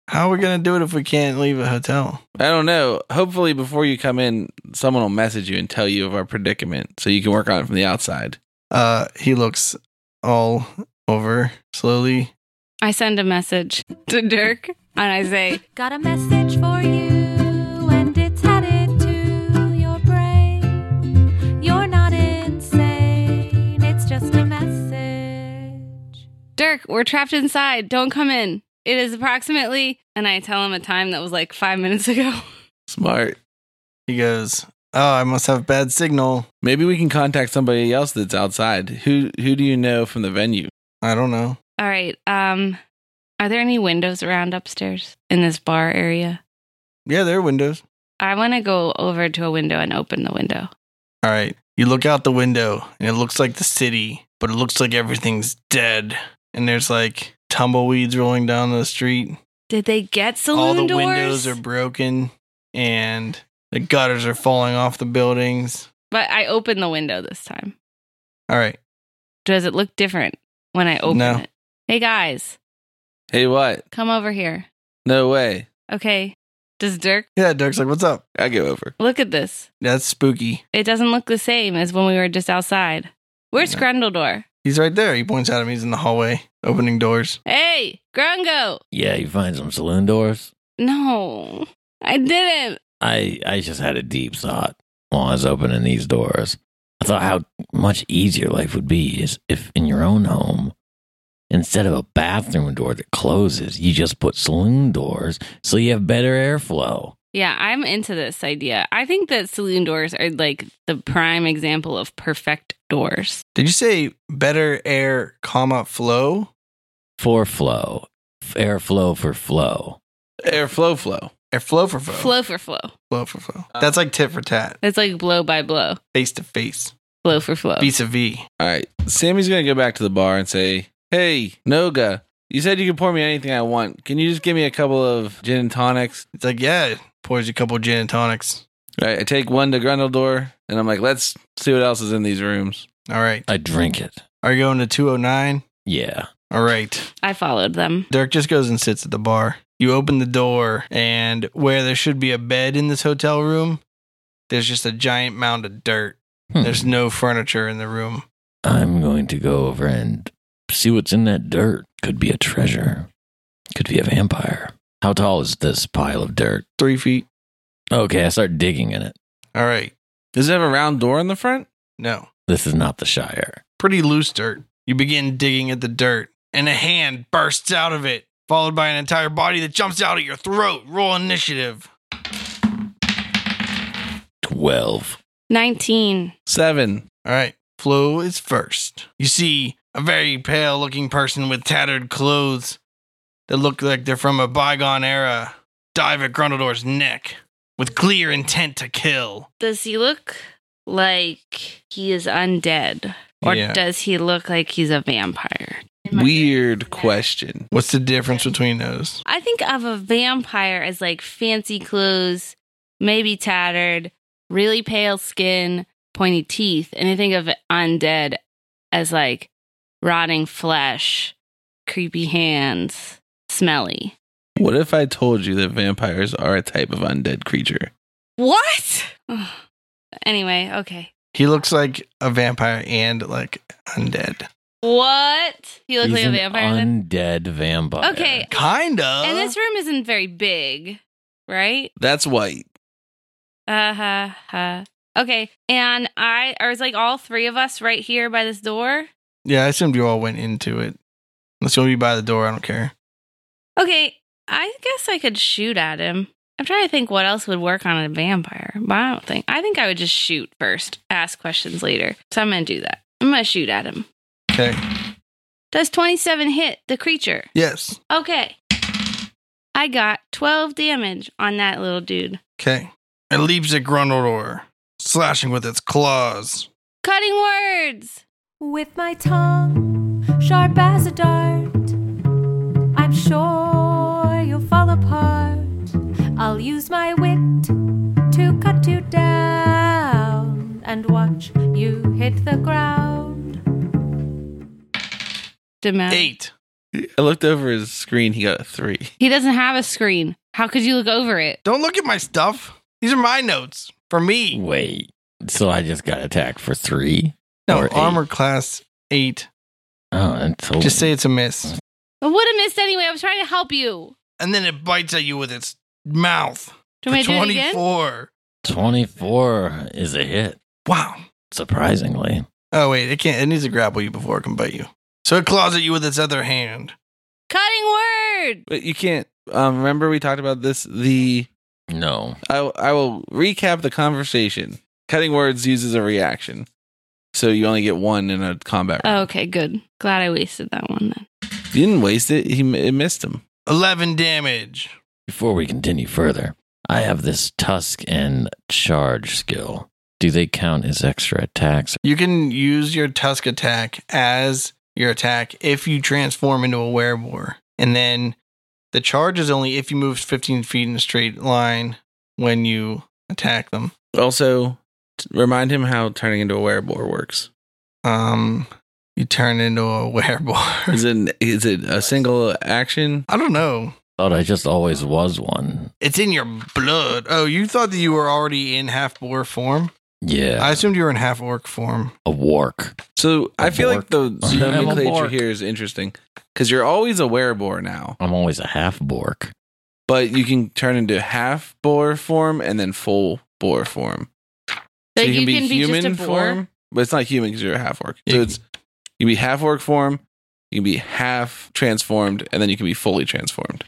A: How are we gonna do it if we can't leave a hotel?
C: I don't know. Hopefully before you come in, someone will message you and tell you of our predicament so you can work on it from the outside.
A: Uh, he looks all over slowly.
D: I send a message to Dirk and I say,
H: Got a message for you, and it's headed to your brain. You're not insane, it's just a message.
D: Dirk, we're trapped inside. Don't come in. It is approximately, and I tell him a time that was like five minutes ago. *laughs*
C: Smart.
A: He goes, "Oh, I must have bad signal.
C: Maybe we can contact somebody else that's outside. Who who do you know from the venue?
A: I don't know.
D: All right. Um, are there any windows around upstairs in this bar area?
A: Yeah, there are windows.
D: I want to go over to a window and open the window.
A: All right. You look out the window, and it looks like the city, but it looks like everything's dead. And there's like tumbleweeds rolling down the street.
D: Did they get saloon
A: all the
D: doors?
A: windows are broken, and the gutters are falling off the buildings.
D: but I open the window this time.
A: All right.
D: Does it look different when I open
A: No.
D: it? Hey guys,
C: Hey what?
D: come over here.
C: No way.
D: Okay. Does Dirk
A: Yeah, Dirk's like, "What's up?
C: I go over.
D: look at this?
A: That's spooky."
D: It doesn't look the same as when we were just outside. Where's
A: No.
D: Grundledor?
A: He's right there. He points at him. He's in the hallway, opening doors.
D: Hey, Grungo!
B: Yeah, you find some saloon doors.
D: No, I didn't.
B: I I just had a deep thought while I was opening these doors. I thought how much easier life would be is if in your own home, instead of a bathroom door that closes, you just put saloon doors so you have better airflow.
D: Yeah, I'm into this idea. I think that saloon doors are like the prime example of perfect doors.
A: Did you say better air, comma flow?
B: For flow. F- Airflow for flow.
C: Airflow flow.
A: Air flow for flow. Oh.
D: Flow for flow.
A: Flow for flow. That's like tit for tat,
D: It's like blow by blow.
A: face to face,
D: Blow for flow.
A: vis a vis.
C: All right. Sammy's going to go back to the bar and say, Hey, Noga, you said you could pour me anything I want. Can you just give me a couple of gin and tonics?
A: It's like, yeah, pours you a couple gin and tonics.
C: Right. I take one to Grundledor and I'm like, let's see what else is in these rooms.
A: All right.
B: I drink it.
A: Are you going to 209?
B: Yeah.
A: All right.
D: I followed them.
A: Dirk just goes and sits at the bar. You open the door, and where there should be a bed in this hotel room, there's just a giant mound of dirt.
B: Hmm.
A: There's no furniture in the room.
B: I'm going to go over and see what's in that dirt. Could be a treasure. Could be a vampire. How tall is this pile of dirt?
A: Three feet.
B: Okay, I start digging in it.
A: All right.
C: Does it have a round door in the front?
A: No.
B: This is not the Shire.
A: Pretty loose dirt. You begin digging at the dirt, and a hand bursts out of it, followed by an entire body that jumps out at your throat. Roll initiative.
B: 12.
D: 19.
C: Seven.
A: All right. Flo is first. You see a very pale looking person with tattered clothes that look like they're from a bygone era dive at Grundledor's neck with clear intent to kill.
D: Does he look like he is undead? Or
A: Yeah.
D: does he look like he's a vampire?
C: Weird question.
A: What's the difference between those?
D: I think of a vampire as like fancy clothes, maybe tattered, really pale skin, pointy teeth, and I think of undead as like rotting flesh, creepy hands, smelly.
C: What if I told you that vampires are a type of undead creature?
D: What? *sighs* anyway, okay.
A: He looks like a vampire and like undead.
D: What? He looks
B: He's
D: like a
B: an
D: vampire then?
B: Undead vampire.
D: Okay.
A: Kind of.
D: And this room isn't very big, right?
C: That's white.
D: Uh huh. huh. Okay. And I, or it's like all three of us right here by this door.
A: yeah, I assumed you all went into it. Unless you'll be by the door, I don't care.
D: Okay, I guess I could shoot at him. I'm trying to think what else would work on a vampire, but I don't think. I think I would just shoot first, ask questions later. So I'm going to do that. I'm going to shoot at him.
A: Okay.
D: Does 27 hit the creature?
A: Yes.
D: Okay. I got 12 damage on that little dude.
A: Okay. It leaps at Grundledor, slashing with its claws.
D: Cutting words!
H: With my tongue sharp as a dart, I'm sure you'll fall apart. I'll use my wit to cut you down and watch you hit the ground.
D: Demand.
A: Eight.
C: I looked over his screen. He got a three.
D: He doesn't have a screen. How could you look over it?
A: Don't look at my stuff. These are my notes for me.
B: Wait. So I just got attacked for three?
A: No,
B: Or eight.
A: armor class eight.
B: Oh, that's totally.
A: Just say it's a miss.
D: I would have missed anyway. I was trying to help you.
A: And then it bites at you with its mouth.
D: Do you want
A: for
D: me to do it again?
A: 24.
B: 24 is a hit,
A: Wow.
B: surprisingly.
A: Oh, wait. It can't. It needs to grapple you before it can bite you. So it claws at you with its other hand.
D: Cutting words!
C: But you can't. Um, remember we talked about this. The
B: No.
C: I I will recap the conversation. Cutting words uses a reaction, so you only get one in a combat. round.
D: Oh, Okay, good. Glad I wasted that one then.
C: You didn't waste it. He it missed him.
A: 11 damage.
B: Before we continue further, I have this tusk and charge skill. Do they count as extra attacks?
A: You can use your tusk attack as your attack if you transform into a werewolf. And then the charge is only if you move 15 feet in a straight line when you attack them.
C: Also, t- remind him how turning into a werewolf works.
A: um you turn into a *laughs* werewolf.
C: Is it an- is it a single action?
A: I don't know.
B: Thought I just always was one.
A: It's in your blood. Oh, you thought that you were already in half boar form?
B: Yeah.
A: I assumed you were in half orc form.
B: a wark.
C: So I
B: A
C: feel like the
B: bork. I'm *laughs* a
C: nomenclature
B: bork.
C: here is interesting because you're always a werewolf now,
B: I'm always a half bork.
C: but you can turn into half boar form and then full boar form.
D: Like, you can be just a boar?
C: form, but it's not human because you're a half orc.
A: Yeah.
C: So it's you can be half orc form, you can be half transformed, and then you can be fully transformed.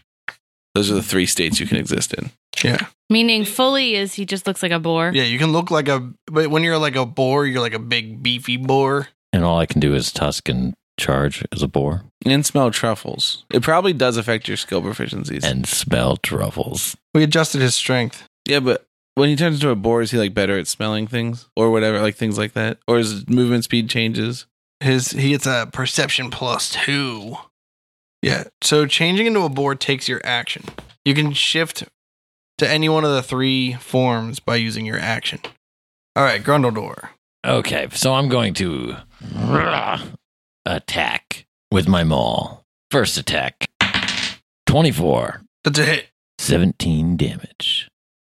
C: Those are the three states you can exist in.
A: Yeah.
D: Meaning fully is he just looks like a boar.
A: Yeah, you can look like a but when you're like a boar, you're like a big beefy boar.
B: And all I can do is tusk and charge as a boar
C: And smell truffles. It probably does affect your skill proficiencies.
B: and smell truffles.
A: We adjusted his strength.
C: yeah, but when he turns into a boar, is he like better at smelling things or whatever, like things like that? Or his movement speed changes?
A: His he gets a perception plus 2. Yeah. So changing into a boar takes your action. You can shift to any one of the three forms by using your action. All right, Grundledor.
B: Okay, so I'm going to attack with my maul. First attack 24,
A: That's a hit.
B: 17 damage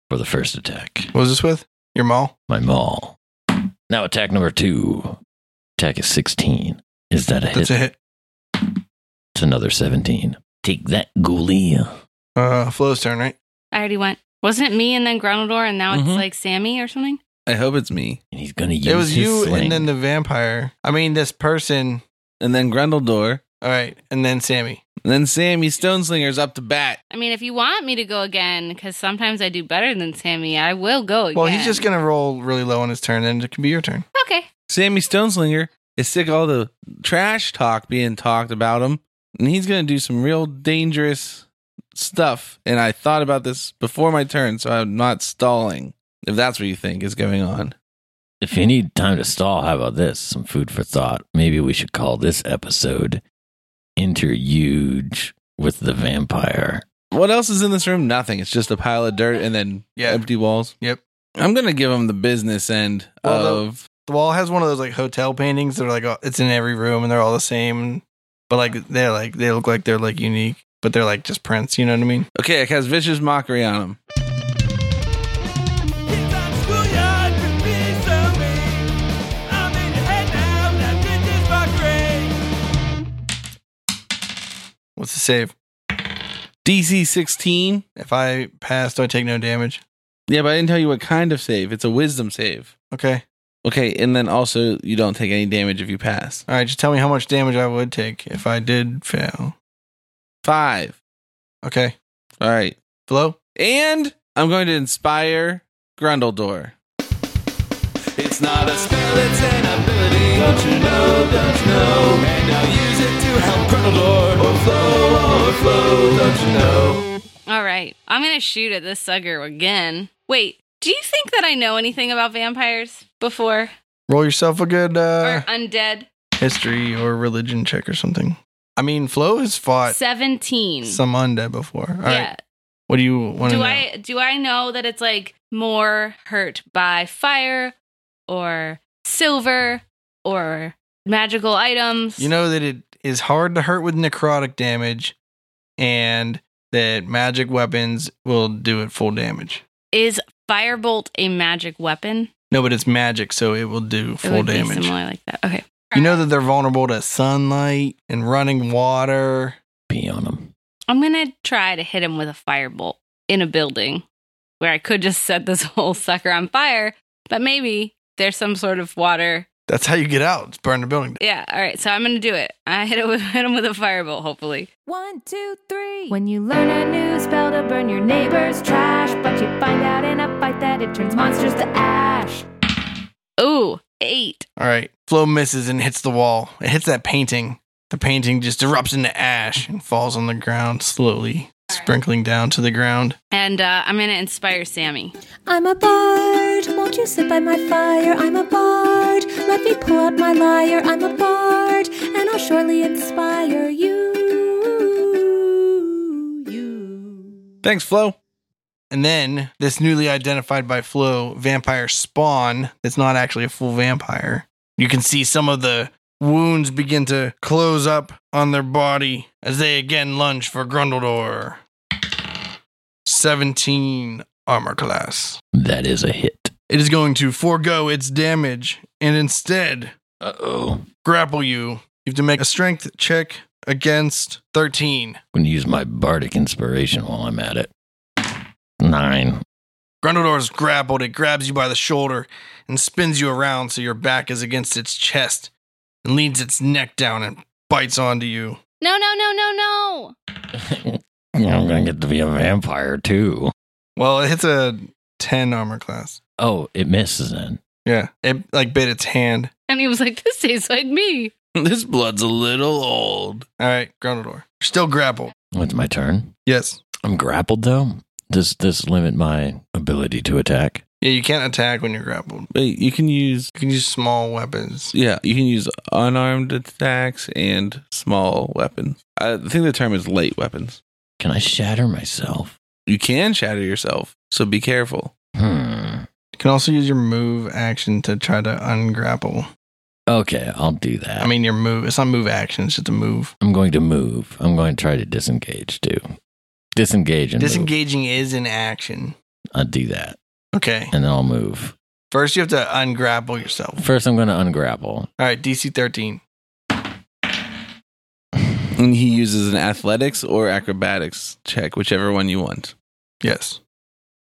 B: for the first attack.
A: What was this with? Your maul?
B: My maul. Now attack number two. Attack is 16. Is that a hit?
A: That's a hit.
B: It's another 17. Take that, Ghoulie.
A: Uh, Flo's turn, right?
D: I already went. Wasn't it me and then Gronaldor and now
C: Mhm.
D: it's like Sammy or something?
C: I hope it's me.
B: And he's going to use
A: it was
B: his
A: you
B: sling.
A: and then the vampire. I mean, this person.
C: And then Grundledor.
A: All right, and then Sammy.
C: And then Sammy Stoneslinger's up to bat.
D: I mean, if you want me to go again, because sometimes I do better than Sammy, I will go again.
A: Well, he's just going to roll really low on his turn, and it can be your turn.
D: Okay.
C: Sammy Stoneslinger is sick of all the trash talk being talked about him, and he's going to do some real dangerous stuff. And I thought about this before my turn, so I'm not stalling. If that's what you think is going on,
B: If you need time to stall, how about this? Some food for thought. Maybe we should call this episode Interhuge with the Vampire.
C: what else is in this room? Nothing. It's just a pile of dirt and then
A: Yeah.
C: empty walls.
A: Yep.
C: I'm going to give him the business end
A: Well, the-
C: of
A: The wall has one of those like hotel paintings that are like oh, it's in every room, and they're all the same, but like they're like they look like they're like unique, but they're like just prints. You know what I mean?
C: Okay, it has vicious mockery on him.
A: What's the save?
C: DC 16.
A: If I pass, do I take no damage?
C: Yeah, but I didn't tell you what kind of save. It's a wisdom save.
A: Okay.
C: Okay, and then also you don't take any damage if you pass.
A: All right. Just tell me how much damage I would take if I did fail.
C: Five.
A: Okay.
C: All right.
A: Flo.
C: And I'm going to inspire Grundledor. It's not a spell, it's an ability. Don't you know, don't you know? And I'll use it to help Grundledor overflow, overflow, don't you know?
D: All right. I'm going to shoot at this sucker again. Wait, do you think that I know anything about vampires before?
A: Roll yourself a good
D: or
A: uh,
D: undead?
A: history or religion check or something. I mean, Flo has fought
D: 17.
A: some undead before. All right.
D: yeah.
A: What do you want to
D: Do
A: know?
D: I do I know that it's like more hurt by fire or silver or magical items?
A: You know that it is hard to hurt with necrotic damage, and that magic weapons will do it full damage.
D: is firebolt a magic weapon?
A: No, but it's magic, so it will do
D: it
A: full
D: would
A: damage.
D: be similar like that. Okay.
A: You know that they're vulnerable to sunlight and running water.
B: Pee on him.
D: I'm gonna try to hit him with a firebolt in a building where I could just set this *laughs* whole sucker on fire, but maybe there's some sort of water.
A: That's how you get out. It's burn the building. down.
D: Yeah, all right, so I'm gonna do it. I hit it with *laughs* hit him with a firebolt, hopefully.
H: One, two, three. When you learn a new spell to burn your neighbor's trash, but you find out in a fight that it turns monsters to ash.
D: Ooh, eight.
A: All right. Flo misses and hits the wall. It hits that painting. The painting just erupts into ash and falls on the ground slowly, sprinkling down to the ground.
D: And uh, I'm gonna inspire Sammy.
H: I'm a bard. Won't you sit by my fire? I'm a bard. Let me pull out my lyre. I'm a bard, and I'll surely inspire you. You.
C: Thanks, Flo.
A: And then this newly identified by Flo vampire spawn that's not actually a full vampire. You can see some of the wounds begin to close up on their body as they again lunge for Grundledor. 17 armor class.
B: That is a hit.
A: It is going to forego its damage and instead
B: Uh oh.
A: grapple you. You have to make a strength check against 13.
B: I'm going to use my bardic inspiration while I'm at it. Nine. *laughs*
A: Grundledor is grappled. It grabs you by the shoulder and spins you around so your back is against its chest and leans its neck down and bites onto you.
D: No, no, no, no, no.
B: I'm going to get to be a vampire too.
A: Well, it hits a 10 armor class.
B: Oh, it misses then.
A: Yeah. It like bit its hand.
D: And he was like, "This tastes like me."
C: *laughs* This blood's a little old.
A: All right, Grundledor. Still grappled.
B: It's my turn.
A: Yes.
B: I'm grappled though. Does this limit my ability to attack?
A: Yeah, you can't attack when you're grappled.
C: Wait, you can use
A: You can use small weapons.
C: Yeah, you can use unarmed attacks and small weapons. I think the term is light weapons.
B: Can I shatter myself?
C: You can shatter yourself, so be careful.
B: Hmm.
A: You can also use your move action to try to ungrapple.
B: Okay, I'll do that.
A: I mean, your move. It's not move action. It's just a move.
B: I'm going to move. I'm going to try to disengage too. Disengage and move.
A: Disengaging is an action.
B: I'll do that,
A: Okay.
B: and then I'll move.
A: First, you have to ungrapple yourself.
B: First, I'm going to ungrapple.
A: All right, DC 13.
C: And he uses an athletics or acrobatics check, whichever one you want.
A: Yes.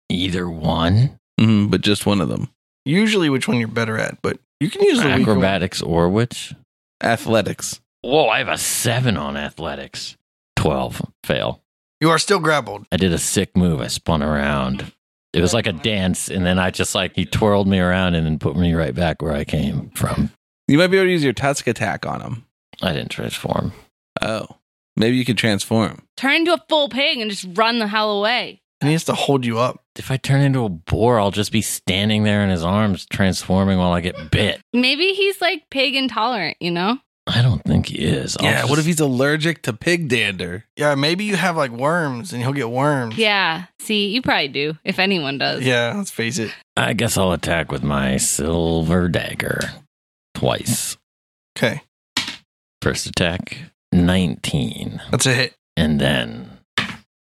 B: Either one,
C: hmm but just one of them.
A: Usually, which one you're better at, but you can use the weaker one.
B: acrobatics or which?
C: Athletics.
B: Whoa, I have a seven on athletics. Twelve, fail.
A: You are still grappled.
B: I did a sick move. I spun around. It was like a dance, and then I just like he twirled me around and then put me right back where I came from.
C: You might be able to use your Tusk attack on him.
B: I didn't transform.
C: Oh. Maybe you could transform.
D: Turn into a full pig and just run the hell away.
A: And he has to hold you up.
B: If I turn into a boar, I'll just be standing there in his arms, transforming while I get bit.
D: Maybe he's like pig intolerant, you know?
B: I don't think he is. I'll
C: yeah, what
B: just-
C: if he's allergic to pig dander?
A: Yeah, maybe you have like worms and he'll get worms.
D: Yeah. See, you probably do, if anyone does.
A: Yeah, let's face it.
B: I guess I'll attack with my silver dagger twice.
A: Okay,
B: First attack, 19.
A: that's a hit.
B: And then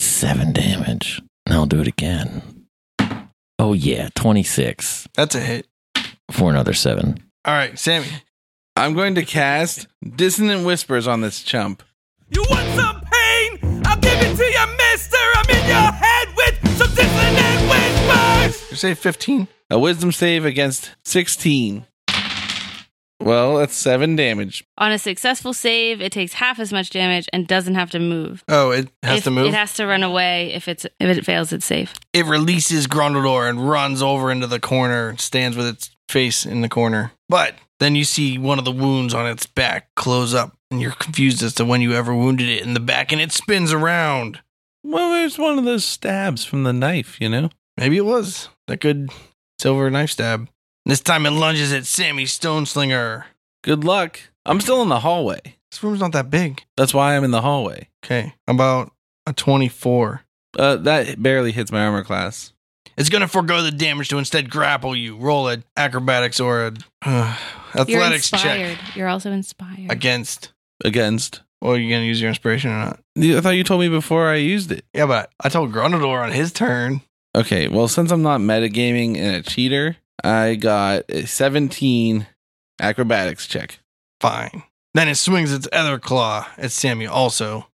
B: 7 damage. And I'll do it again. Oh, yeah, 26
A: That's a hit.
B: for another 7.
A: All right, Sammy.
C: I'm going to cast Dissonant Whispers on this chump.
E: You want some pain? I'll give it to you, mister. I'm in your head with some dissonant whispers.
A: You say 15?
C: A wisdom save against 16. Well, that's seven damage.
D: On a successful save, it takes half as much damage and doesn't have to move.
A: Oh, it has
D: If-
A: to move?
D: It has to run away if it's if it fails, it's safe.
A: it releases Grundledor and runs over into the corner and stands with its face in the corner. But then you see one of the wounds on its back close up, and you're confused as to when you ever wounded it in the back, and it spins around.
C: Well, there's one of those stabs from the knife, you know?
A: Maybe it was that good silver knife stab. This time it lunges at Sammy Stoneslinger.
C: Good luck. I'm still in the hallway.
A: This room's not that big.
C: That's why I'm in the hallway.
A: Okay, about a 24.
C: Uh, that barely hits my armor class.
A: It's going to forego the damage to instead grapple you. Roll an acrobatics or a uh, athletics
D: You're
A: check
D: inspired. You're also inspired.
A: against.
C: Against.
A: Well, you going to use your inspiration or not?
C: I thought you told me before I used it.
A: Yeah, but I told Grundador on his turn.
C: Okay, well, since I'm not metagaming and a cheater, I got a 17 acrobatics check.
A: Fine. Then it swings its other claw at Sammy also.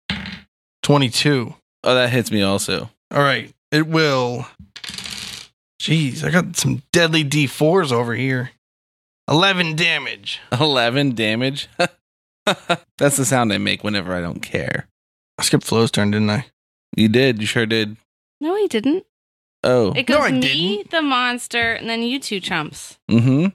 A: 22.
C: Oh, that hits me also.
A: All right. It will. Jeez, I got some deadly D4s over here. 11 damage.
C: 11 damage. *laughs* That's the sound I make whenever I don't care.
A: I skipped Flo's turn, didn't I?
C: You did. You sure did.
D: no, he didn't.
C: Oh.
D: It
A: No,
D: goes
A: I
D: me, the monster, and then you two chumps.
C: Mm-hmm.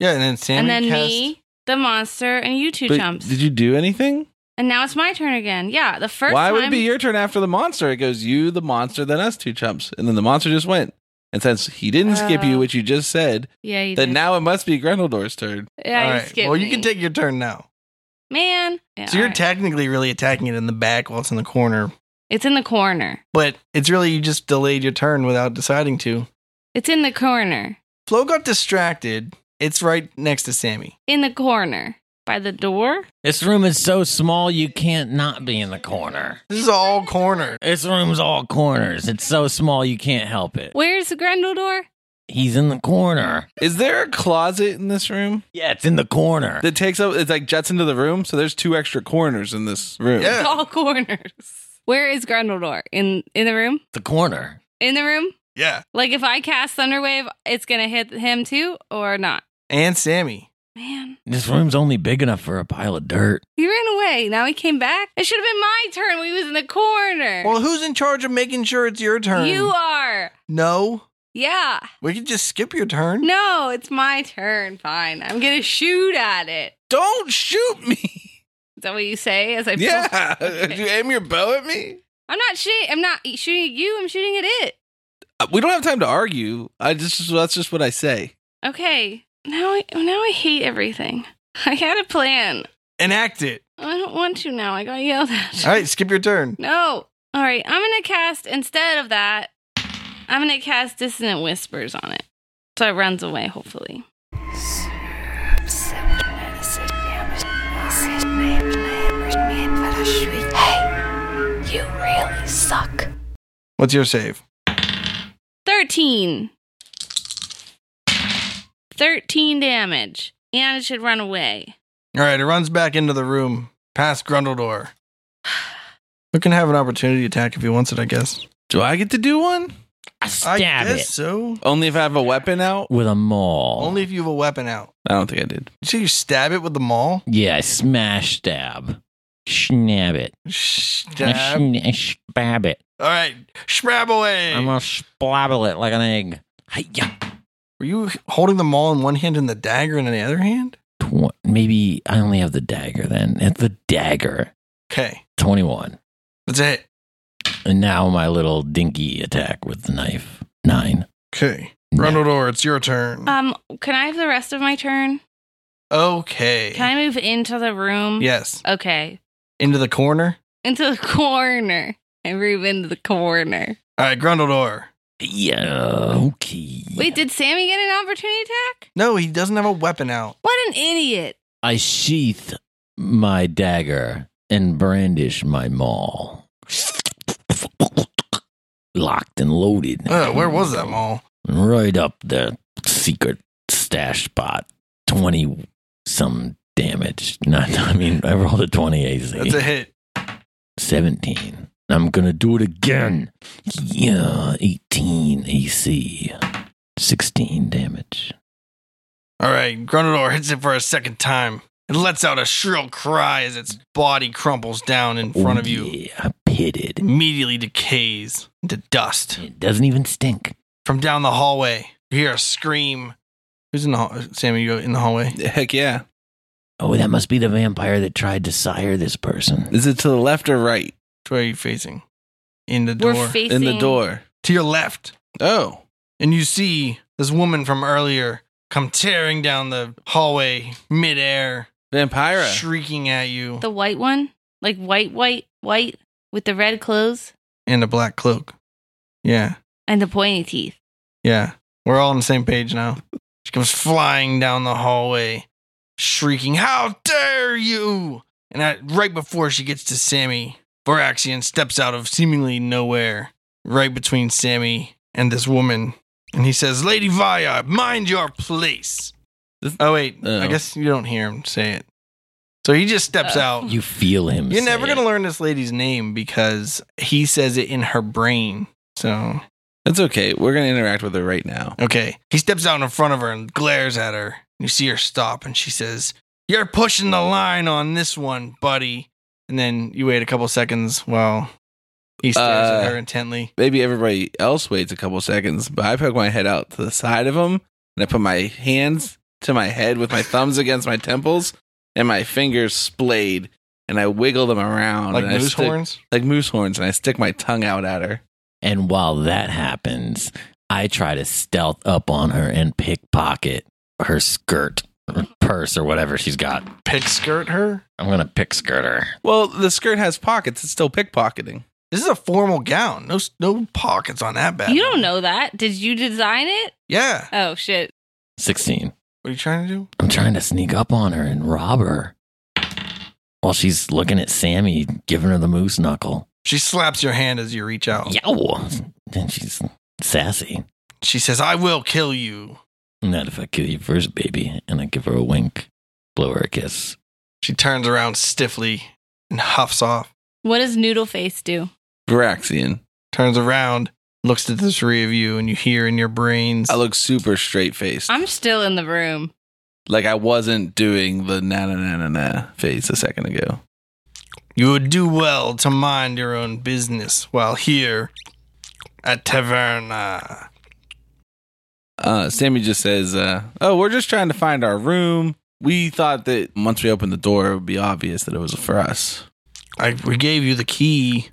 A: Yeah, and then Sammy
D: and then
A: cast.
D: me, the monster, and you two chumps.
C: Did you do anything?
D: and now it's my turn again. Yeah, the first
C: Why
D: time.
C: would it be your turn after the monster? It goes you, the monster, then us two chumps. And then the monster just went. And since he didn't skip you,
D: Oh.
C: which you just said,
D: yeah, you
C: then
D: did.
C: now it must be Grendeldor's turn.
D: Yeah,
A: All
D: you
A: right.
D: skipped
A: well, you
D: me.
A: can take your turn now.
D: Man. Yeah,
A: so you're
D: all right.
A: technically really attacking it in the back while it's in the corner,
D: It's in the corner.
A: but it's really you just delayed your turn without deciding to.
D: It's in the corner.
A: Flo got distracted. It's right next to Sammy.
D: In the corner. By the door?
B: This room is so small, you can't not be in the corner.
A: This is all corner.
B: This room's all corners. It's so small, you can't help it.
D: Where's the Grendel door?
B: He's in the corner.
C: Is there a closet in this room
B: Yeah, it's in the corner.
C: that takes up? It's like jets into the room, so there's two extra corners in this room.
A: Yeah.
D: It's all corners. Where is Grendel door? In in the room?
B: the corner.
D: In the room?
A: Yeah.
D: Like if I cast Thunderwave, it's gonna hit him too or not?
A: And Sammy.
D: Man.
B: This room's only big enough for a pile of dirt.
D: He ran away. Now he came back. It should have been my turn when he was in the corner.
A: Well, who's in charge of making sure it's your turn?
D: you are.
A: No.
D: Yeah.
A: We could just skip your turn.
D: *laughs* No, it's my turn. Fine. I'm gonna shoot at it.
C: Don't shoot me.
D: Is that what you say as I pull-
C: *laughs* yeah.
D: Okay.
C: you aim your bow at me?
D: I'm not shooting. I'm not e, shooting at you. I'm shooting at it.
C: Uh, We don't have time to argue. I just that's just what I say.
D: Okay. Now I now I hate everything. I had a plan.
A: Enact it.
D: I don't want to now. I got yelled at.
A: All right, skip your turn.
D: *laughs* No. All right, I'm gonna cast instead of that. I'm gonna cast dissonant whispers on it, so it runs away. Hopefully.
I: You really suck.
A: What's your save?
D: 13. 13 damage. And it should run away.
A: All right, it runs back into the room, past Grundledor. *sighs* Who can have an opportunity attack if he wants it, I guess.
C: Do I get to do one?
B: I
A: I
B: stab
A: guess
B: it Oh.
A: so.
C: Only if I have a weapon out?
B: with a maul.
A: Only if you have a weapon out.
C: I don't think I did.
A: You say you stab it with the maul?
B: yeah, I smash stab. Snab it. I
A: Stab.
B: Schn- I stab it.
A: All right, shrab away.
B: I'm gonna splabble it like an egg. Hi-ya.
A: Were you holding the maul in one hand and the dagger in the other hand?
B: Tw- maybe I only have the dagger then. It's the dagger.
A: Okay,
B: 21.
A: that's it.
B: And now my little dinky attack with the knife. Nine.
A: Okay,
B: No.
A: Grundledor, it's your turn.
D: Um, can I have the rest of my turn?
A: okay.
D: Can I move into the room?
A: yes,
D: Okay.
A: into the corner.
D: Into the *laughs* corner. I move into the corner.
A: All right, Grundledor.
B: Yeah. Okay.
D: Wait, did Sammy get an opportunity attack?
A: No, he doesn't have a weapon out.
D: What an idiot.
B: I sheath my dagger and brandish my maul. Locked and loaded.
A: Uh, where was that maul?
B: Right up the secret stash spot. 20 some damage. Not, I mean, I rolled a 20 AC.
A: That's
B: *laughs*
A: a hit.
B: 17. I'm going to do it again. Yeah, 18 AC. 16 damage.
A: All right, Grundledor hits it for a second time. It lets out a shrill cry as its body crumples down in front
B: Oh,
A: of you.
B: Yeah, I pitted.
A: Immediately decays into dust.
B: It doesn't even stink.
A: From down the hallway, you hear a scream. Who's in the hall? Sammy, you go in the hallway.
C: Heck yeah.
B: Oh, that must be the vampire that tried to sire this person.
C: Is it to the left or right?
A: Which way are you facing? In the door.
D: We're facing
C: In the door.
A: to your left.
C: Oh.
A: And you see this woman from earlier come tearing down the hallway midair,
C: Vampira.
A: shrieking at you
D: The white one? Like white, white, white with the red clothes
A: in a black cloak. Yeah.
D: and the pointy teeth.
A: Yeah. We're all on the same page now. She comes flying down the hallway, shrieking, How dare you! And at, right before she gets to Sammy, Boraxian steps out of seemingly nowhere, right between Sammy and this woman. And he says, Lady Vaya, mind your place.
C: This-
A: oh, wait.
C: Oh.
A: I guess you don't hear him say it. So he just steps
D: Oh.
A: out.
B: Uh, You feel him.
A: You're
B: say
A: never going to
B: it.
A: learn this lady's name because he says it in her brain. So
C: That's okay. We're going to interact with her right now.
A: Okay. He steps out in front of her and glares at her. You see her stop, and she says, You're pushing the line on this one, buddy. And then you wait a couple seconds while he stares
C: Uh.
A: at her intently.
C: Maybe everybody else waits a couple seconds, but I poke my head out to the side of him and I put my hands to my head with my thumbs against my temples and my fingers splayed and I wiggle them around.
A: Like
C: and I
A: moose
C: stick-
A: horns?
C: Like moose horns. And I stick my tongue out at her.
B: And while that happens, I try to stealth up on her and pickpocket her skirt or purse or whatever she's got.
A: Pick skirt her?
B: I'm going to pick skirt her.
C: Well, the skirt has pockets. It's still pickpocketing.
A: This is a formal gown. No, s- no pockets on that bad.
D: You
A: boy.
D: don't know that. Did you design it?
A: Yeah.
D: Oh, shit.
B: 16.
A: What are you trying to do?
B: I'm trying to sneak up on her and rob her while she's looking at Sammy, giving her the moose knuckle.
A: She slaps your hand as you reach out.
B: Yow! And she's sassy.
A: She says, I will kill you.
B: Not if I kill you first, baby. And I give her a wink, blow her a kiss.
A: She turns around stiffly and huffs off.
D: What does Noodle Face do?
C: Varaxian.
A: Turns around, looks at the three of you, and you hear in your brains.
C: I look super straight faced.
D: I'm still in the room.
C: Like I wasn't doing the na na na na na face a second ago.
A: You would do well to mind your own business while here at Taverna.
C: Uh, Sammy just says, uh, "Oh, we're just trying to find our room. We thought that once we opened the door, it would be obvious that it was for us."
A: I we gave you the key.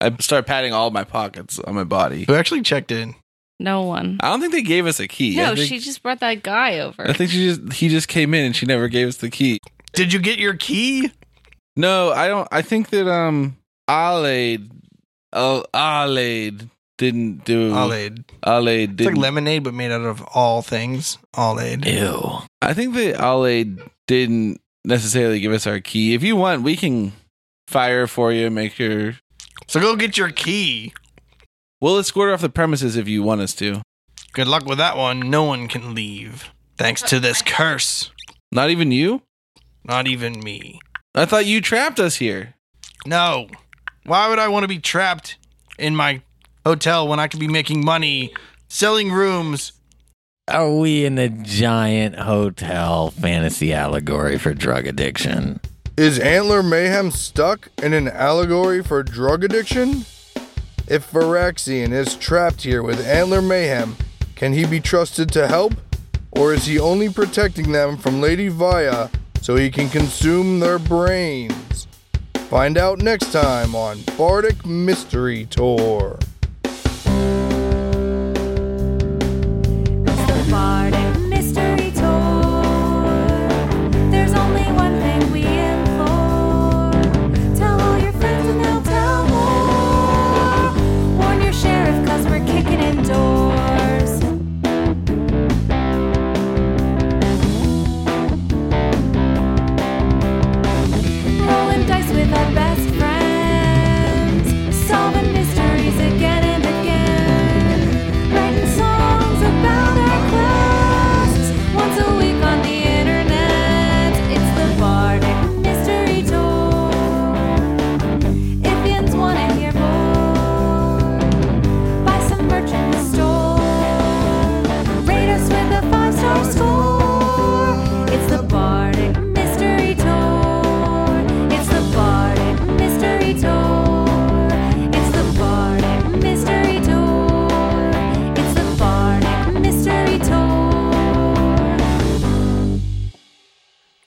C: I start patting all my pockets on my body.
A: Who actually checked in?
D: No one.
C: I don't think they gave us a key.
D: No,
C: I think,
D: she just brought that guy over.
C: I think she just he just came in and she never gave us the key.
A: Did you get your key?
C: No, I don't. I think that um, Ale Oh, Alade didn't do.
A: Olade.
C: Alade Mm-hmm. didn't.
A: It's like lemonade, but made out of all things. Olade.
B: Ew.
C: I think that Alade didn't necessarily give us our key. If you want, we can fire for you. Make your.
A: So go get your key.
C: We'll escort her off the premises if you want us to.
A: Good luck with that one. No one can leave. Thanks to this curse.
C: Not even you.
A: Not even me.
C: I thought you trapped us here.
A: No. Why would I want to be trapped in my hotel when I could be making money, selling rooms?
B: Are we in a giant hotel fantasy allegory for drug addiction?
G: Is Antler Mayhem stuck in an allegory for drug addiction? If Varaxian is trapped here with Antler Mayhem, can he be trusted to help? Or is he only protecting them from Lady Vaya so he can consume their brains? Find out next time on Bardic Mystery Tour.
H: It's the Bardic Mystery Tour. There's only one thing we implore. Tell all your friends and they'll tell more. Warn your sheriff cause we're kicking in doors. Rolling dice with our best friends. Solving mysteries again and again. Writing songs about our quests once a week on the internet. It's the Bardic Mystery Tour. If yins wanna hear more, buy some merch in the store. Rate us with a five star score. It's the Bardic Mystery Tour. It's the Bardic Mystery Tour. It's the Bardic Mystery Tour. It's the Bardic Mystery Tour.